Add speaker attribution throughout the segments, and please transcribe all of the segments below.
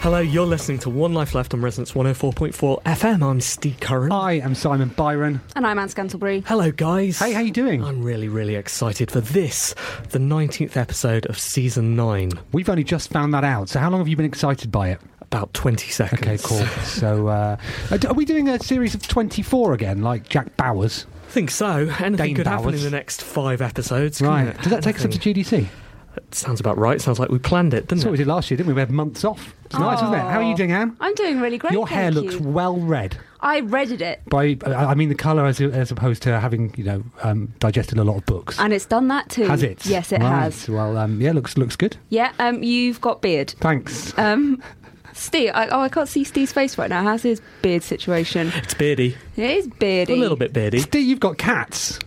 Speaker 1: Hello, you're listening to One oh Life Left on Resonance 104.4 FM. I'm Steve Curran.
Speaker 2: I am Simon Byron.
Speaker 3: And I'm Anne Scantlebury.
Speaker 1: Hello, guys.
Speaker 2: Hey, how you doing?
Speaker 1: I'm really, really excited for this, the 19th episode of season 9.
Speaker 2: We've only just found that out. So how long have you been excited by it?
Speaker 1: About 20 seconds.
Speaker 2: Okay, cool. so uh, are we doing a series of 24 again, like Jack Bowers?
Speaker 1: I think so. Anything
Speaker 2: Dane
Speaker 1: could happen
Speaker 2: Bowers.
Speaker 1: in the next five episodes. couldn't
Speaker 2: Right.
Speaker 1: it?
Speaker 2: Does that take us up to
Speaker 1: Anything.
Speaker 2: GDC?
Speaker 1: Sounds about right. Sounds like we planned it,
Speaker 2: That's
Speaker 1: doesn't
Speaker 2: what we
Speaker 1: it?
Speaker 2: did last year, didn't we? We had months off. It's
Speaker 3: Oh.
Speaker 2: nice, wasn't it? How are you doing, Anne?
Speaker 3: I'm doing really great.
Speaker 2: Your hair
Speaker 3: thank
Speaker 2: looks
Speaker 3: you.
Speaker 2: well red.
Speaker 3: I redded it,
Speaker 2: By I I mean the colour as, as opposed to having you know um, digested a lot of books.
Speaker 3: and it's done that too.
Speaker 2: has it?
Speaker 3: Yes, it
Speaker 2: Right.
Speaker 3: has.
Speaker 2: Well, um, yeah, looks looks good.
Speaker 3: Yeah. Um, you've got beard.
Speaker 2: Thanks.
Speaker 3: Um, Steve. I, oh, I can't see Steve's face right now. How's his beard situation?
Speaker 1: It's beardy.
Speaker 3: It is beardy.
Speaker 1: A little bit beardy.
Speaker 2: Uh, Steve, you've got cats.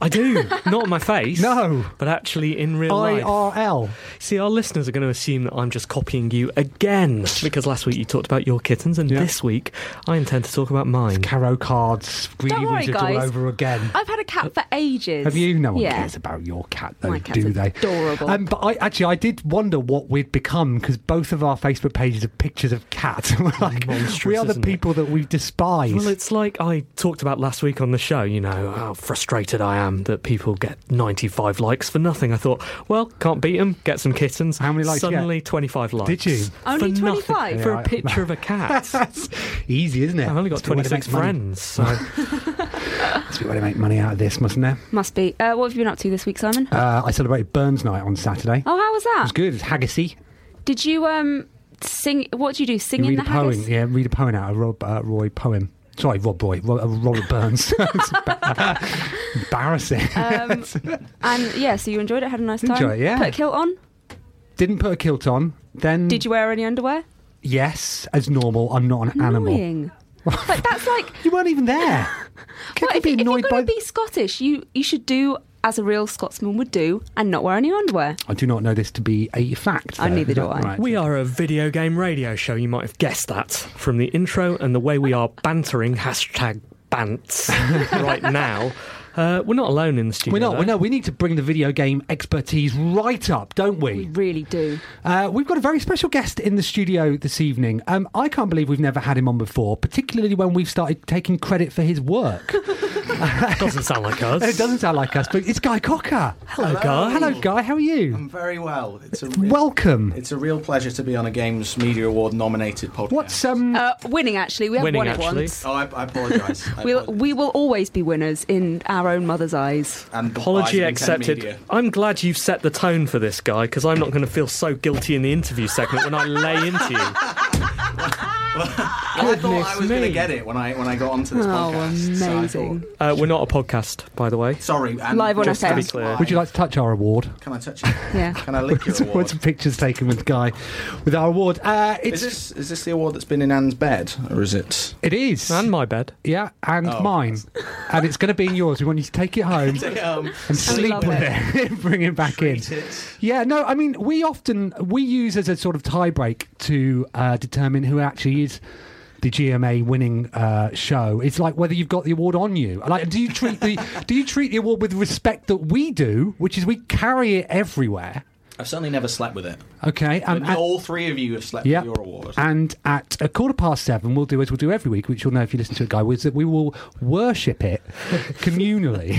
Speaker 1: I do. Not on my face.
Speaker 2: No.
Speaker 1: But actually in real life.
Speaker 2: IRL.
Speaker 1: See, our listeners are going to assume that I'm just copying you again because last week you talked about your kittens, and
Speaker 2: Yeah.
Speaker 1: this week I intend to talk about mine.
Speaker 2: Tarot cards, greedy
Speaker 3: Don't worry,
Speaker 2: wizard all
Speaker 3: guys.
Speaker 2: over again.
Speaker 3: I've had a cat for ages.
Speaker 2: Have you? No one
Speaker 3: yeah.
Speaker 2: cares about your cat, though,
Speaker 3: My cat's
Speaker 2: do they?
Speaker 3: adorable.
Speaker 2: Um, but I actually, I did wonder what we'd become because both of our Facebook pages are pictures of cats. We're like,
Speaker 1: Monstrous,
Speaker 2: we are the
Speaker 1: isn't it?
Speaker 2: people that we despise.
Speaker 1: Well, it's like I talked about last week on the show, you know, how frustrated I am that people get 95 likes for nothing. I thought, well, can't beat them, get some kittens.
Speaker 2: How many likes you get?
Speaker 1: Suddenly 25 likes.
Speaker 2: Did you?
Speaker 3: Only
Speaker 1: For nothing.
Speaker 3: 25?
Speaker 1: For
Speaker 2: Yeah, I-
Speaker 1: a picture of a cat.
Speaker 2: That's easy, isn't it?
Speaker 1: I've only got
Speaker 2: Must be a way to
Speaker 1: 26
Speaker 2: make money.
Speaker 1: friends, so
Speaker 2: Must be a way to make money out of this, mustn't there?
Speaker 3: Must be. Uh, what have you been up to this week, Simon?
Speaker 2: Uh, I celebrated Burns Night on Saturday.
Speaker 3: oh, how was
Speaker 2: It
Speaker 3: that?
Speaker 2: was good. It's haggisy.
Speaker 3: Did you um sing? What do you do? Sing
Speaker 2: You
Speaker 3: in
Speaker 2: read
Speaker 3: the
Speaker 2: a poem.
Speaker 3: haggis?
Speaker 2: Yeah, read a poem out of Rob uh, Roy poem. Sorry, Rob Roy, Ro- uh, Robert Burns. It's ba- embarrassing.
Speaker 3: Um, and yeah, so you enjoyed it, had a nice time.
Speaker 2: Enjoy it, yeah.
Speaker 3: Put a kilt on.
Speaker 2: Didn't put a kilt on. Then
Speaker 3: Did you wear any underwear?
Speaker 2: Yes, as normal. I'm not an animal.
Speaker 3: Annoying. but that's like
Speaker 2: You weren't even there. Can
Speaker 3: Well,
Speaker 2: you
Speaker 3: if, you-
Speaker 2: be
Speaker 3: if you're
Speaker 2: annoyed by?
Speaker 3: going to be Scottish, you, you should do as a real Scotsman would do and not wear any underwear.
Speaker 2: I do not know this to be a fact.
Speaker 3: Oh,
Speaker 2: though.
Speaker 3: neither
Speaker 2: Is
Speaker 3: do
Speaker 2: that
Speaker 3: I.
Speaker 2: right?
Speaker 1: we are a video game radio show. You might have guessed that from the intro and the way we are bantering hashtag bants right now. Uh, we're not alone in the studio.
Speaker 2: We're not.
Speaker 1: though.
Speaker 2: We know. We need to bring the video game expertise right up, don't
Speaker 3: We
Speaker 2: we?
Speaker 3: really do.
Speaker 2: Uh, we've got a very special guest in the studio this evening. Um, I can't believe we've never had him on before, particularly when we've started taking credit for his work.
Speaker 1: Doesn't sound like us.
Speaker 2: it doesn't sound like us, but it's Guy Cocker. Hello,
Speaker 1: Guy.
Speaker 2: Hello, Guy. How are you?
Speaker 4: I'm very well. It's a real,
Speaker 2: Welcome.
Speaker 4: It's a real pleasure to be on a Games Media Award nominated podcast.
Speaker 2: What's um?
Speaker 3: Uh, winning, actually. We have
Speaker 1: Winning,
Speaker 3: won it
Speaker 1: actually.
Speaker 3: once.
Speaker 4: Oh, I, I apologise. I
Speaker 3: We'll,
Speaker 4: apologise.
Speaker 3: we will always be winners in our own mother's eyes.
Speaker 4: and the wise
Speaker 1: Apology
Speaker 4: Nintendo
Speaker 1: accepted.
Speaker 4: Media.
Speaker 1: I'm glad you've set the tone for this guy because I'm not going to feel so guilty in the interview segment when I lay into you.
Speaker 4: I thought I
Speaker 2: Goodness
Speaker 4: was going to
Speaker 2: me.
Speaker 4: get it when I when I got onto this
Speaker 3: Oh,
Speaker 4: podcast. so I
Speaker 3: amazing.
Speaker 4: thought-
Speaker 1: Uh, we're not a podcast, by the way.
Speaker 4: sorry, and
Speaker 3: Live on
Speaker 4: just
Speaker 3: FM.
Speaker 1: to be clear.
Speaker 2: Would you like to touch our award?
Speaker 4: Can I touch it?
Speaker 3: Yeah.
Speaker 4: Can I lick your
Speaker 2: What's-
Speaker 4: award?
Speaker 2: What's pictures taken with Guy with our award? Uh,
Speaker 4: Is
Speaker 2: it's
Speaker 4: this is this the award that's been in Anne's bed, or is it? Oh.
Speaker 2: it is.
Speaker 1: And my bed.
Speaker 2: yeah, and mine, and it's going to be in yours. We want you to take it home
Speaker 4: Um,
Speaker 2: and sleep
Speaker 3: love
Speaker 2: with
Speaker 3: it.
Speaker 2: it, bring it back in. Yeah, no, I mean, we often we use as a sort of tiebreak to uh, determine who actually is the GMA winning uh, show. It's like whether you've got the award on you. Like, do you treat the do you treat the award with respect that we do, which is we carry it everywhere.
Speaker 4: I've certainly never slept with it.
Speaker 2: Okay, um,
Speaker 4: But
Speaker 2: and-
Speaker 4: all three of you have slept
Speaker 2: yeah.
Speaker 4: with your award.
Speaker 2: And at a quarter past seven, we'll do as we'll do every week, which you'll know if you listen to it, Guy, is that we will worship it communally,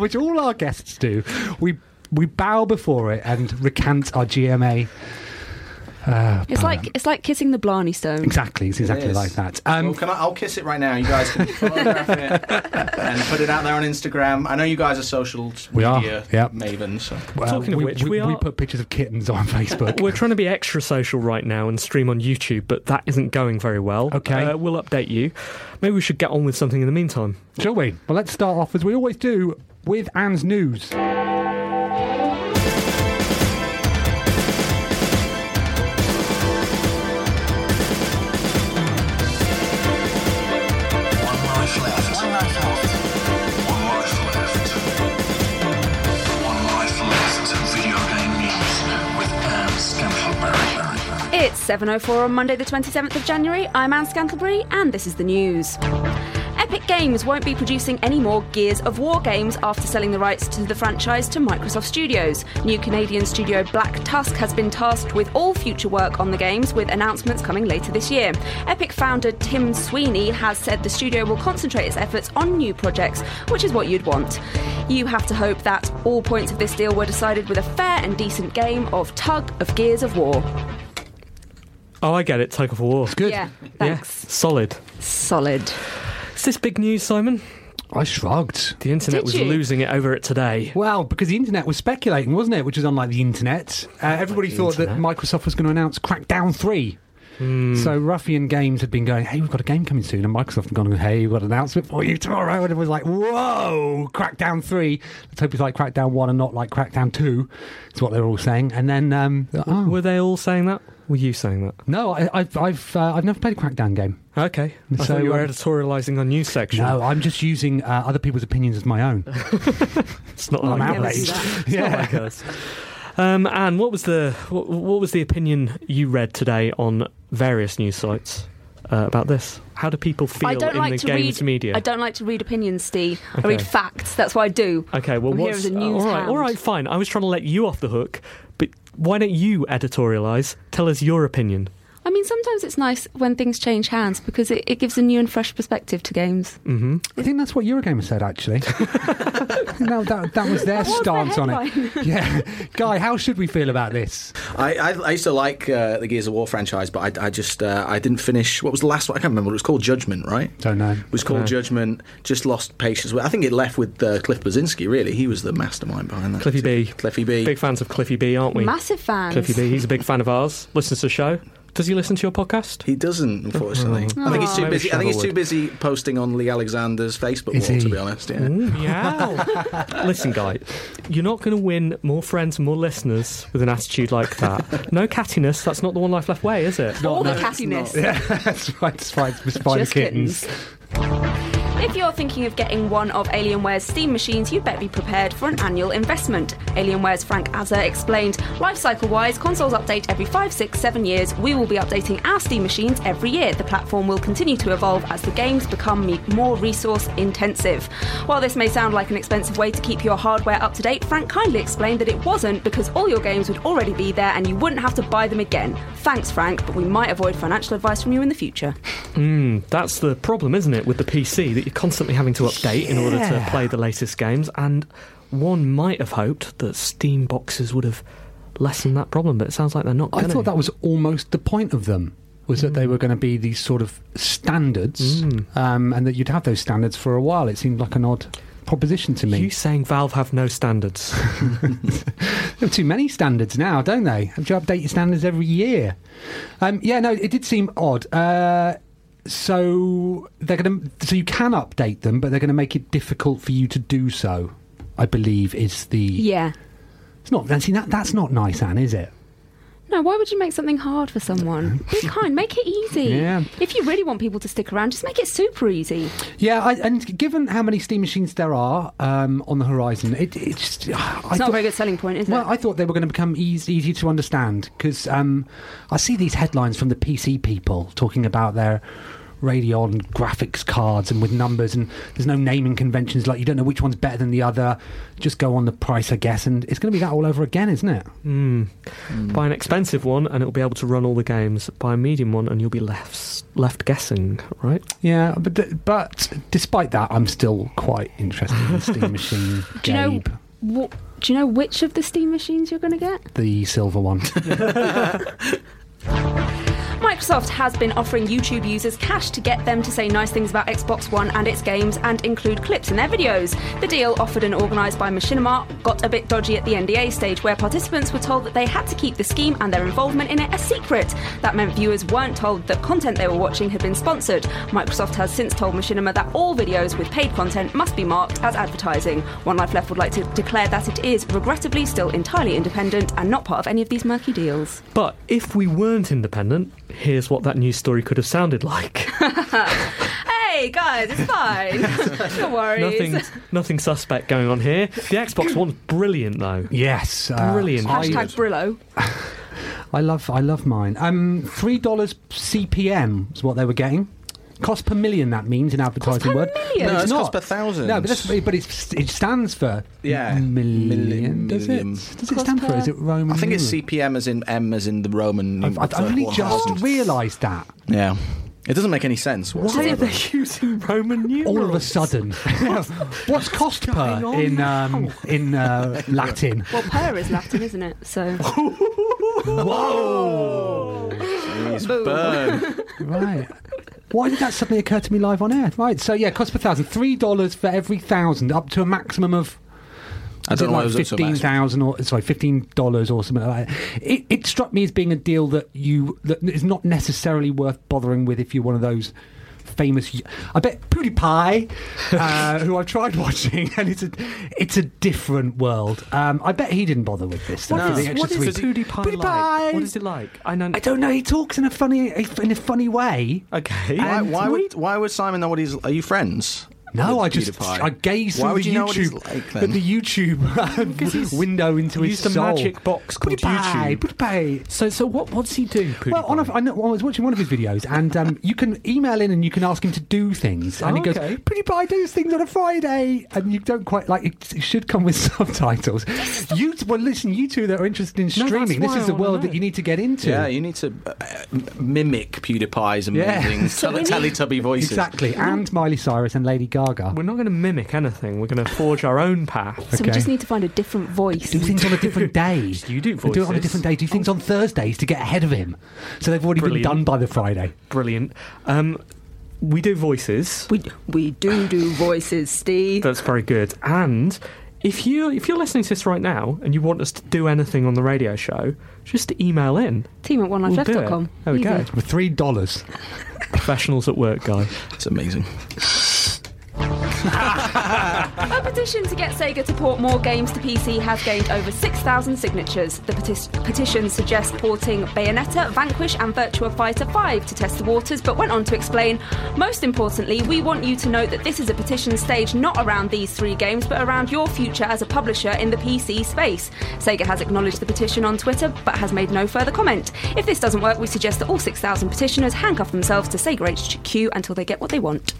Speaker 2: which all our guests do. We we bow before it and recant our GMA. Uh,
Speaker 3: It's like it's like kissing the Blarney Stone.
Speaker 2: exactly, it's exactly
Speaker 4: It is.
Speaker 2: like that.
Speaker 4: well,
Speaker 2: Um,
Speaker 4: can I, I'll kiss it right now. You guys can photograph it and put it out there on Instagram. I know you guys are social
Speaker 2: We are,
Speaker 4: media
Speaker 2: yeah.
Speaker 4: mavens. So.
Speaker 2: well,
Speaker 1: Talking of
Speaker 2: we,
Speaker 1: which,
Speaker 2: we,
Speaker 1: we
Speaker 2: we
Speaker 1: are-
Speaker 2: put pictures of kittens on Facebook.
Speaker 1: We're trying to be extra social right now and stream on YouTube, but that isn't going very well.
Speaker 2: Okay.
Speaker 1: Uh, we'll update you. Maybe we should get on with something in the meantime.
Speaker 2: Shall we? Well, let's start off as we always do with Anne's news.
Speaker 3: It's 7.04 on Monday, the 27th of January. I'm Anne Scantlebury, and this is the news. Epic Games won't be producing any more Gears of War games after selling the rights to the franchise to Microsoft Studios. New Canadian studio Black Tusk has been tasked with all future work on the games, with announcements coming later this year. Epic founder Tim Sweeney has said the studio will concentrate its efforts on new projects, which is what you'd want. You have to hope that all points of this deal were decided with a fair and decent game of tug of Gears of War.
Speaker 1: Oh, I get it. Tug of war. It's
Speaker 2: good.
Speaker 3: Yeah,
Speaker 1: Yeah.
Speaker 3: thanks.
Speaker 1: Solid.
Speaker 3: Solid.
Speaker 1: Is this big news, Simon?
Speaker 2: I shrugged.
Speaker 1: The internet
Speaker 3: Did
Speaker 1: was
Speaker 3: you?
Speaker 1: losing it over it today.
Speaker 2: Well, because the internet was speculating, wasn't it? Which is unlike the internet. Uh, everybody
Speaker 1: the
Speaker 2: thought that
Speaker 1: internet. Hmm.
Speaker 2: Microsoft was going to announce Crackdown 3. So Ruffian Games had been going, hey, we've got a game coming soon. And Microsoft had gone, hey, we've got an announcement for you tomorrow. And it was like, whoa, Crackdown 3. Let's hope it's like Crackdown 1 and not like Crackdown 2, is what they were all saying. And then, um, oh.
Speaker 1: Were they all saying that? Were you saying that?
Speaker 2: no, I, I've, I've, uh, I've never played a Crackdown game.
Speaker 1: Okay. I
Speaker 2: So,
Speaker 1: thought you were
Speaker 2: um,
Speaker 1: editorialising our news section.
Speaker 2: No, I'm just using uh, other people's opinions as my own.
Speaker 1: it's not
Speaker 2: I'm
Speaker 1: like
Speaker 2: outraged.
Speaker 1: us. It's not
Speaker 2: yeah.
Speaker 1: like us. Um, Anne, what was the what, what was the opinion you read today on various news sites uh, about this? How do people feel
Speaker 3: I don't
Speaker 1: in
Speaker 3: like
Speaker 1: the
Speaker 3: to
Speaker 1: games
Speaker 3: read
Speaker 1: media?
Speaker 3: I don't like to read opinions, Steve. I
Speaker 1: Okay.
Speaker 3: read facts. That's what I do.
Speaker 1: Okay, well,
Speaker 3: I'm here
Speaker 1: what's
Speaker 3: as a news
Speaker 1: all right? All
Speaker 3: hound.
Speaker 1: right, fine. I was trying to let you off the hook, but why don't you editorialise? Tell us your opinion.
Speaker 3: I mean, sometimes it's nice when things change hands because it, it gives a new and fresh perspective to games.
Speaker 2: I think that's what Eurogamer said, actually. no, that, that was their
Speaker 3: was their
Speaker 2: stance on it. Yeah. Guy, how should we feel about this?
Speaker 4: I, I, I used to like uh, the Gears of War franchise, but I, I just uh, I didn't finish. What was the last one? I can't remember. It was called Judgment, right?
Speaker 2: Don't know.
Speaker 4: It was called Judgment. Just lost patience. with- I think it left with uh, Cliff Blazinski. Really, he was the mastermind behind that.
Speaker 1: Cliffy B.
Speaker 4: Cliffy B.
Speaker 1: Big fans of Cliffy B, aren't we?
Speaker 3: Massive fans.
Speaker 1: Cliffy B. He's a big fan of ours. Listens to the show. Does he listen to your podcast?
Speaker 4: He doesn't, unfortunately. I think he's too
Speaker 1: Maybe
Speaker 4: busy. I think he's
Speaker 1: Shovel
Speaker 4: too
Speaker 1: would.
Speaker 4: busy posting on Lee Alexander's Facebook
Speaker 2: Is
Speaker 4: wall.
Speaker 2: he?
Speaker 4: To be honest, yeah.
Speaker 1: Meow. Listen, guy, you're not going to win more friends, more listeners with an attitude like that. No cattiness. That's not the one life left way, is it?
Speaker 3: All the cattiness.
Speaker 2: That's right, despite, despite
Speaker 3: Just
Speaker 2: kittens.
Speaker 3: kittens. If you're thinking of getting one of Alienware's Steam machines, you'd better be prepared for an annual investment. Alienware's Frank Azza explained, life cycle wise, consoles update every five, six, seven years. We will be updating our Steam machines every year. The platform will continue to evolve as the games become me- more resource intensive. While this may sound like an expensive way to keep your hardware up to date, Frank kindly explained that it wasn't because all your games would already be there and you wouldn't have to buy them again. Thanks, Frank, but we might avoid financial advice from you in the future.
Speaker 1: That's the problem, isn't it, with the PC that you're constantly having to update in order to play the latest games. And one might have hoped that Steam boxes would have lessened that problem, but it sounds like they're not.
Speaker 2: I
Speaker 1: gonna.
Speaker 2: thought that was almost the point of them. Was that they were going to be these sort of standards, um, and that you'd have those standards for a while? It seemed like an odd proposition to me.
Speaker 1: you saying Valve have no standards.
Speaker 2: There are too many standards now, don't they? Have you update your standards every year? Um, yeah, no, it did seem odd. Uh, so they're going to so you can update them, but they're going to make it difficult for you to do so. I believe is the
Speaker 3: Yeah.
Speaker 2: It's not see, that that's not nice, Anne, is it?
Speaker 3: No, why would you make something hard for someone? Be kind, make it easy.
Speaker 2: Yeah.
Speaker 3: If you really want people to stick around, just make it super easy.
Speaker 2: Yeah, I, and given how many steam machines there are um, on the horizon, it, it just it's
Speaker 3: It's not a very good selling point, is
Speaker 2: Well,
Speaker 3: it?
Speaker 2: I thought they were going to become easy, easy to understand because um, I see these headlines from the PC people talking about their Radeon graphics cards and with numbers, and there's no naming conventions. Like you don't know which one's better than the other. Just go on the price, I guess, and it's going to be that all over again, isn't it?
Speaker 3: Mm.
Speaker 1: Buy an expensive one and it'll be able to run all the games. Buy a medium one and you'll be left left guessing, right?
Speaker 2: Yeah, but th- but despite that, I'm still quite interested in the Steam Machine.
Speaker 3: do you know
Speaker 2: Gabe,
Speaker 3: what? Do you know which of the steam machines you're going to get?
Speaker 2: the silver one?
Speaker 3: Microsoft has been offering YouTube users cash to get them to say nice things about Xbox One and its games and include clips in their videos. The deal, offered and organised by Machinima, got a bit dodgy at the NDA stage, where participants were told that they had to keep the scheme and their involvement in it a secret. That meant viewers weren't told that content they were watching had been sponsored. Microsoft has since told Machinima that all videos with paid content must be marked as advertising. One Life Left would like to declare that it is, regrettably, still entirely independent and not part of any of these murky deals.
Speaker 1: But if we weren't independent, here's what that news story could have sounded like.
Speaker 3: Hey guys, it's fine. no worries.
Speaker 1: nothing, nothing suspect going on here. The Xbox One's brilliant though.
Speaker 2: yes, uh,
Speaker 1: Brilliant.
Speaker 3: Hashtag Brillo.
Speaker 2: I love I love mine. Um, three dollars CPM is what they were getting. Cost per million that means in advertising
Speaker 3: per
Speaker 2: word.
Speaker 3: million?
Speaker 2: But
Speaker 3: No,
Speaker 4: it's cost per thousand.
Speaker 2: No, but that's, but it's, it stands for
Speaker 4: Yeah. Milli-
Speaker 2: million. Does it?
Speaker 4: million.
Speaker 2: Does it stand
Speaker 3: Cost
Speaker 2: for?
Speaker 3: per-
Speaker 2: Is it Roman?
Speaker 4: I think it's
Speaker 2: numeral?
Speaker 4: CPM as in M as in the Roman.
Speaker 2: Hmm. I've, I've
Speaker 4: uh,
Speaker 2: only just
Speaker 4: 1000.
Speaker 2: realised that
Speaker 4: Yeah, it doesn't make any sense.
Speaker 1: Why are
Speaker 4: Whatsoever.
Speaker 1: they using Roman numerals?
Speaker 2: all of a sudden. What's cost per
Speaker 1: going on
Speaker 2: in um, in uh, Latin?
Speaker 3: Well, per is Latin, isn't it? So
Speaker 4: Jeez, burn.
Speaker 2: Right. Why did that suddenly occur to me live on air? Right. So yeah, cost per thousand, three dollars for every thousand, up to a maximum of.
Speaker 4: I
Speaker 2: is
Speaker 4: don't
Speaker 2: it
Speaker 4: know why
Speaker 2: like
Speaker 4: it was up so
Speaker 2: fifteen
Speaker 4: much.
Speaker 2: thousand or sorry, fifteen dollars or something like that. It, it struck me as being a deal that you that is not necessarily worth bothering with if you're one of those famous. I bet PewDiePie, uh, who I've tried watching, and it's a it's a different world. Um, I bet he didn't bother with this.
Speaker 1: What
Speaker 2: That's
Speaker 1: is-
Speaker 2: the
Speaker 1: what
Speaker 2: extra
Speaker 1: is
Speaker 2: three-
Speaker 1: PewDiePie,
Speaker 2: PewDiePie!
Speaker 1: like? What is it like? I know.
Speaker 2: I don't know. He talks in a funny in a funny way.
Speaker 1: Okay.
Speaker 4: Why,
Speaker 2: And
Speaker 4: why
Speaker 2: we-
Speaker 4: would why would Simon know what he's? Are you friends?
Speaker 2: No, I
Speaker 4: with
Speaker 2: just
Speaker 4: PewDiePie?
Speaker 2: I gazed
Speaker 4: Why
Speaker 2: through
Speaker 4: would
Speaker 2: the
Speaker 4: you know what he's
Speaker 2: YouTube
Speaker 4: like,
Speaker 2: at
Speaker 4: then?
Speaker 2: the YouTube um, window into
Speaker 1: he
Speaker 2: his
Speaker 1: used a
Speaker 2: soul.
Speaker 1: magic box called
Speaker 2: PewDiePie,
Speaker 1: YouTube.
Speaker 2: PewDiePie.
Speaker 1: So, so what? What's he do?
Speaker 2: Well, on a, I, know, I was watching one of his videos, and um, you can email in and you can ask him to do things, and he
Speaker 1: Oh, Okay.
Speaker 2: goes, "PewDiePie does things on a Friday," and you don't quite like. It, it should come with subtitles. You t- well, listen, you two that are interested in
Speaker 1: that's
Speaker 2: streaming, this
Speaker 1: why
Speaker 2: is
Speaker 1: I
Speaker 2: the
Speaker 1: wanna
Speaker 2: world
Speaker 1: know.
Speaker 2: that you need to get into.
Speaker 4: Yeah, you need to uh, m- mimic PewDiePie's
Speaker 2: Yeah.
Speaker 4: amazing tele- Teletubby voices.
Speaker 2: exactly, and Miley Cyrus and Lady Gaga.
Speaker 1: we're not going to mimic anything. We're going to forge our own path.
Speaker 3: so
Speaker 2: Okay.
Speaker 3: we just need to find a different voice.
Speaker 2: do things on a different day.
Speaker 1: You do
Speaker 2: do it on a
Speaker 1: voices. Oh.
Speaker 2: different day. Do things on Thursdays to get ahead of him. So they've already
Speaker 1: Brilliant.
Speaker 2: been done by the Friday.
Speaker 1: Brilliant. Um, we do voices.
Speaker 3: We, we do do voices, Steve.
Speaker 1: That's very good. And if you if you're listening to this right now and you want us to do anything on the radio show, just email in.
Speaker 3: Team at
Speaker 1: We'll do it.
Speaker 3: onelifeleft.com.
Speaker 1: There we go.
Speaker 2: For three dollars.
Speaker 1: Professionals at work, guy.
Speaker 4: It's amazing.
Speaker 3: A petition to get Sega to port more games to PC has gained over 6,000 signatures. The peti- petition suggests porting Bayonetta, Vanquish, and Virtua Fighter 5 to test the waters, but went on to explain most importantly, we want you to note that this is a petition stage not around these three games, but around your future as a publisher in the PC space. Sega has acknowledged the petition on Twitter, but has made no further comment. If this doesn't work, we suggest that all 6,000 petitioners handcuff themselves to Sega HQ until they get what they want.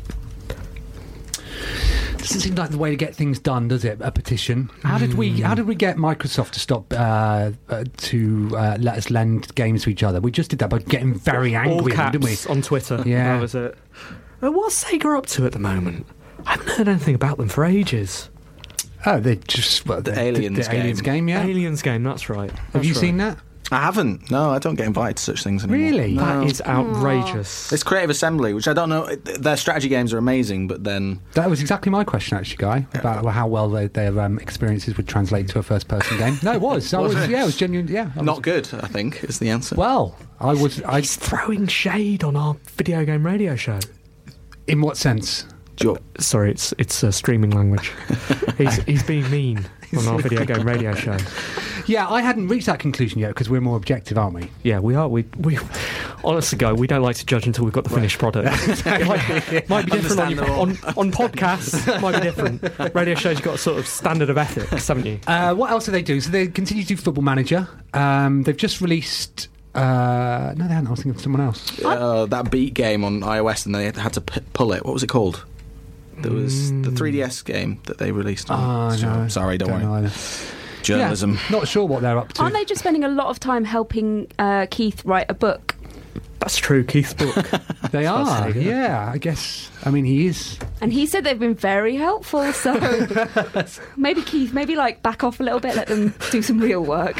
Speaker 2: Doesn't seem like the way to get things done, does it? A petition. How did we?
Speaker 1: Hmm.
Speaker 2: How did we get Microsoft to stop uh, uh, to uh, let us lend games to each other? We just did that by getting very angry,
Speaker 1: All
Speaker 2: with them,
Speaker 1: caps
Speaker 2: didn't we?
Speaker 1: on Twitter.
Speaker 2: Yeah.
Speaker 1: That was it. Uh, what's Sega up to at the moment? I haven't heard anything about them for ages.
Speaker 2: Oh, they just well, the,
Speaker 4: Aliens
Speaker 2: the,
Speaker 4: game.
Speaker 2: aliens game. Yeah.
Speaker 1: Aliens game. That's right.
Speaker 2: Have you seen that?
Speaker 4: I haven't. No, I don't get invited to such things anymore.
Speaker 2: Really?
Speaker 4: No.
Speaker 1: That is outrageous.
Speaker 4: It's Creative Assembly, which I don't know. it- Their strategy games are amazing, but then
Speaker 2: That was exactly my question, actually, Guy, about how well they, their um, experiences would translate to a first-person game. No, it was. I was, yeah, it was genuine. Yeah, I was-
Speaker 4: not good. I think is the answer.
Speaker 2: Well, I was. I,
Speaker 1: He's throwing shade on our video game radio show.
Speaker 2: in what sense?
Speaker 4: Sure.
Speaker 1: Sorry, it's it's uh, streaming language. he's he's being mean on our video game radio show.
Speaker 2: Yeah, I hadn't reached that conclusion yet because we're more objective, aren't we?
Speaker 1: Yeah, we are. We we honestly go. We don't like to judge until we've got the finished product. It might, might be different on,
Speaker 4: Understand
Speaker 1: your,
Speaker 4: the rule.
Speaker 1: on on podcasts. it might be different. Radio shows you've got a sort of standard of ethics, haven't you?
Speaker 2: Uh, what else do they do? So they continue to do Football Manager. Um, they've just released. Uh, no, they haven't. I was thinking of someone else.
Speaker 4: Uh, that beat game on iOS, and they had to p- pull it. What was it called? There was the 3DS game that they released. On.
Speaker 2: Oh,
Speaker 4: Sure.
Speaker 2: Mm. no.
Speaker 4: Sorry, don't,
Speaker 2: know
Speaker 4: worry.
Speaker 2: either.
Speaker 4: Journalism.
Speaker 2: Yeah, not sure what they're up to.
Speaker 3: Aren't they just spending a lot of time helping uh, Keith write a book?
Speaker 1: That's true. Keith's book.
Speaker 2: They are. Yeah, I guess. I mean, he is.
Speaker 3: And he said they've been very helpful, so maybe Keith, maybe like back off a little bit, let them do some real work.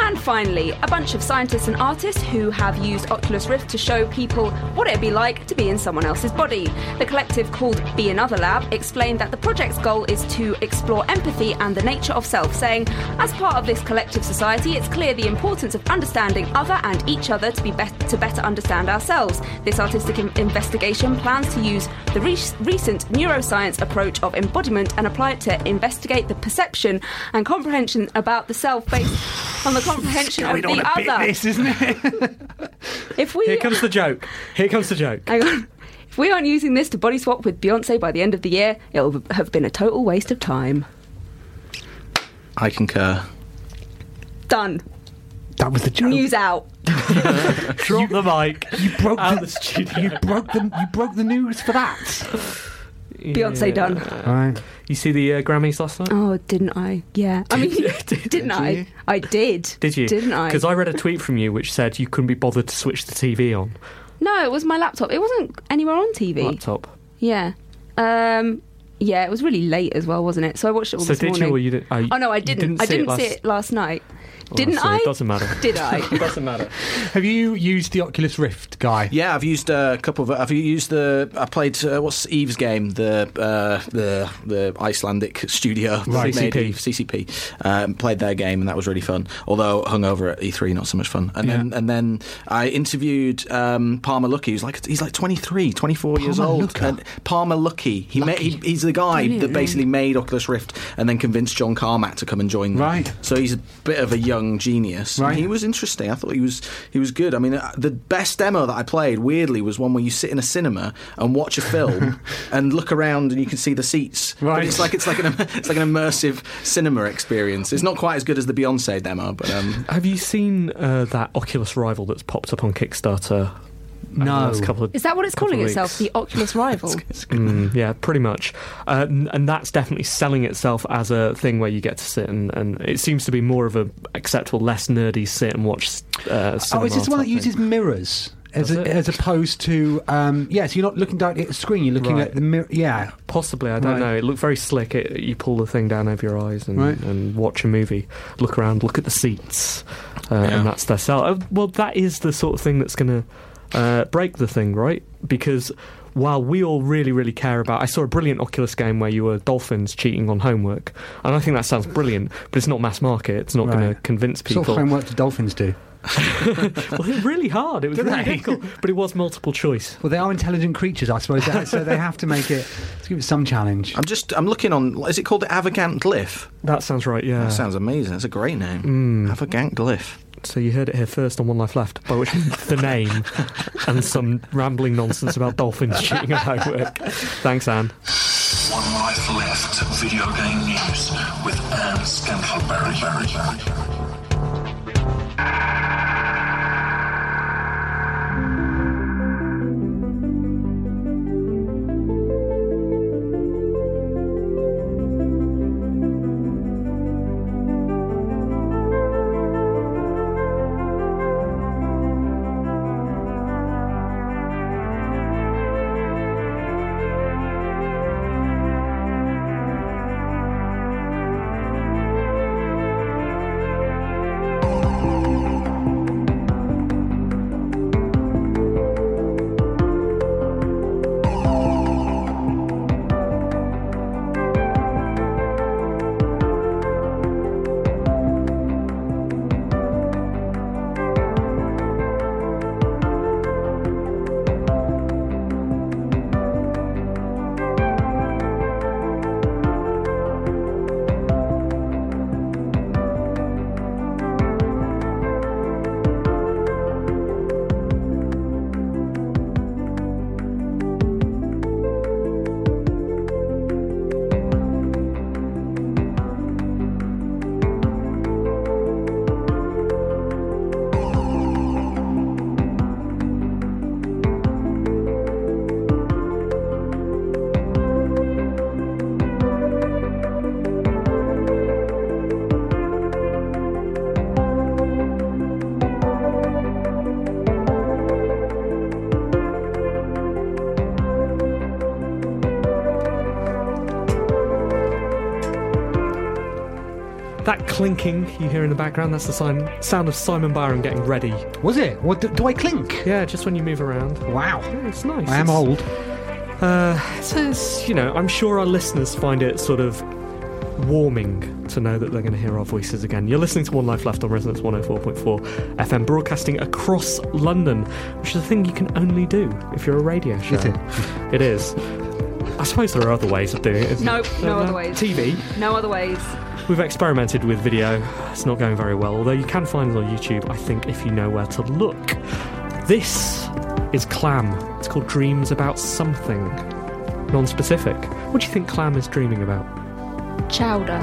Speaker 3: and finally, a bunch of scientists and artists who have used Oculus Rift to show people what it'd be like to be in someone else's body. The collective called Be Another Lab explained that the project's goal is to explore empathy and the nature of self, saying, as part of this collective society, it's clear the importance of understanding other and each other to be, be- to better understand ourselves. This artistic in- investigation plans to use the re- recent neuroscience approach of embodiment and apply it to investigate the perception and comprehension about the self based on the comprehension of the other.
Speaker 2: Ah. isn't it?
Speaker 3: if we
Speaker 1: Here comes the joke. Here comes the joke.
Speaker 3: Hang on. If we aren't using this to body swap with Beyonce by the end of the year, it'll have been a total waste of time.
Speaker 4: I concur.
Speaker 3: Done.
Speaker 2: That was the joke.
Speaker 3: News out.
Speaker 1: Drop the mic. You
Speaker 2: broke
Speaker 1: out
Speaker 2: the-
Speaker 1: the studio.
Speaker 2: You broke the you broke the news for that.
Speaker 3: Beyonce
Speaker 1: Yeah.
Speaker 3: done.
Speaker 2: All right.
Speaker 1: You see the uh, Grammys last night?
Speaker 3: Oh, didn't I? Yeah. I mean, didn't I? I did.
Speaker 1: Did you?
Speaker 3: Didn't I?
Speaker 1: Because I read a tweet from you which said you couldn't be bothered to switch the TV on
Speaker 3: No, it was my laptop. It wasn't anywhere on TV.
Speaker 1: laptop.
Speaker 3: Yeah. Um. Yeah, it was really late as well, wasn't it? So I watched it all
Speaker 1: So
Speaker 3: this
Speaker 1: did
Speaker 3: morning.
Speaker 1: you or you didn't?
Speaker 3: Oh no, I
Speaker 1: you
Speaker 3: didn't. I didn't see it last night. didn't
Speaker 1: Oh, so it
Speaker 3: I?
Speaker 1: doesn't matter.
Speaker 3: Did I?
Speaker 1: Doesn't matter.
Speaker 2: Have you used the Oculus Rift, guy?
Speaker 4: Yeah, I've used uh, a couple of. I've used the. I played uh, what's Eve's game, the uh, the the Icelandic studio that
Speaker 2: Right,
Speaker 4: made
Speaker 2: CCP.
Speaker 4: Eve, CCP. Um, played their game and that was really fun. Although hungover at E3, not so much fun. And then and then I interviewed um, Palmer Lucky, who's like he's like 23, 24 years
Speaker 2: Palmer
Speaker 4: old.
Speaker 2: Luca?
Speaker 4: And Palmer Lucky, he, ma- he he's the guy that basically made Oculus Rift and then convinced John Carmack to come and join them.
Speaker 2: Right.
Speaker 4: So he's a bit of a young genius.
Speaker 2: Right.
Speaker 4: He was interesting. I thought he was he was good. I mean, uh, the best demo that I played weirdly was one where you sit in a cinema and watch a film and look around and you can see the seats.
Speaker 2: Right.
Speaker 4: But it's like it's like an it's like an immersive cinema experience. It's not quite as good as the Beyonce demo, but um,
Speaker 1: Have you seen uh, that Oculus rival that's popped up on Kickstarter? over the
Speaker 2: No.
Speaker 1: last couple of-
Speaker 3: Is that what it's
Speaker 1: couple
Speaker 3: calling
Speaker 1: of
Speaker 3: itself? The
Speaker 1: weeks?
Speaker 3: Oculus Rival.
Speaker 1: Mm, yeah, pretty much. Uh, n- and that's definitely selling itself as a thing where you get to sit and, and it seems to be more of a acceptable, less nerdy sit and watch. Uh,
Speaker 2: Oh, is this the
Speaker 1: cinema type
Speaker 2: one that
Speaker 1: thing.
Speaker 2: uses mirrors? As,
Speaker 1: Does
Speaker 2: a,
Speaker 1: it?
Speaker 2: as opposed to, um, yeah, so you're not looking directly at the screen, you're looking
Speaker 1: Right.
Speaker 2: at the mirror. Yeah.
Speaker 1: Possibly, I don't
Speaker 2: Right.
Speaker 1: know. It looked very slick. It, you pull the thing down over your eyes and,
Speaker 2: Right.
Speaker 1: and watch a movie, look around, look at the seats, uh,
Speaker 4: Yeah.
Speaker 1: and that's their sell. Uh, well, that is the sort of thing that's going to uh, break the thing, right? Because while we all really, really care about, I saw a brilliant Oculus game where you were dolphins cheating on homework, and I think that sounds brilliant, but it's not mass market. It's not going to
Speaker 2: Right.
Speaker 1: convince people.
Speaker 2: Sort of homework do dolphins do?
Speaker 1: well, it was really hard. It was
Speaker 2: Do
Speaker 1: really
Speaker 2: they?
Speaker 1: difficult, but it was multiple choice.
Speaker 2: Well, they are intelligent creatures, I suppose, so they have to make it, let's give it some challenge.
Speaker 4: I'm just I'm looking on. Is it called the Avagant Glyph?
Speaker 1: That sounds right. Yeah.
Speaker 2: Uh.
Speaker 4: That sounds amazing. That's a great name.
Speaker 2: Hmm.
Speaker 4: Avagant Glyph.
Speaker 1: So you heard it here first on One Life Left, by which I mean the name and some rambling nonsense about dolphins cheating at homework. Thanks, Anne.
Speaker 5: One Life Left Video Game News with Anne Scantleberry.
Speaker 1: That clinking you hear in the background, that's the sign, sound of Simon Byron getting ready.
Speaker 2: Was it? What do, do I clink?
Speaker 1: Yeah, just when you move around.
Speaker 2: Wow.
Speaker 1: Yeah, it's nice.
Speaker 2: I am
Speaker 1: It's-
Speaker 2: old.
Speaker 1: Uh, it's, it's, you know, I'm sure our listeners find it sort of warming to know that they're going to hear our voices again. You're listening to One oh Life Left on Resonance 104.4 FM, broadcasting across London, which is a thing you can only do if you're a radio show.
Speaker 2: Is it?
Speaker 1: It is. I suppose there are other ways of doing it. Isn't
Speaker 3: No,
Speaker 1: there?
Speaker 3: no
Speaker 1: Uh,
Speaker 3: other ways.
Speaker 1: TV.
Speaker 3: No other ways.
Speaker 1: We've experimented with video. It's not going very well, although you can find it on YouTube, I think, if you know where to look. This is Clam. It's called Dreams About Something. Non specific. What do you think Clam is dreaming about?
Speaker 3: Chowder.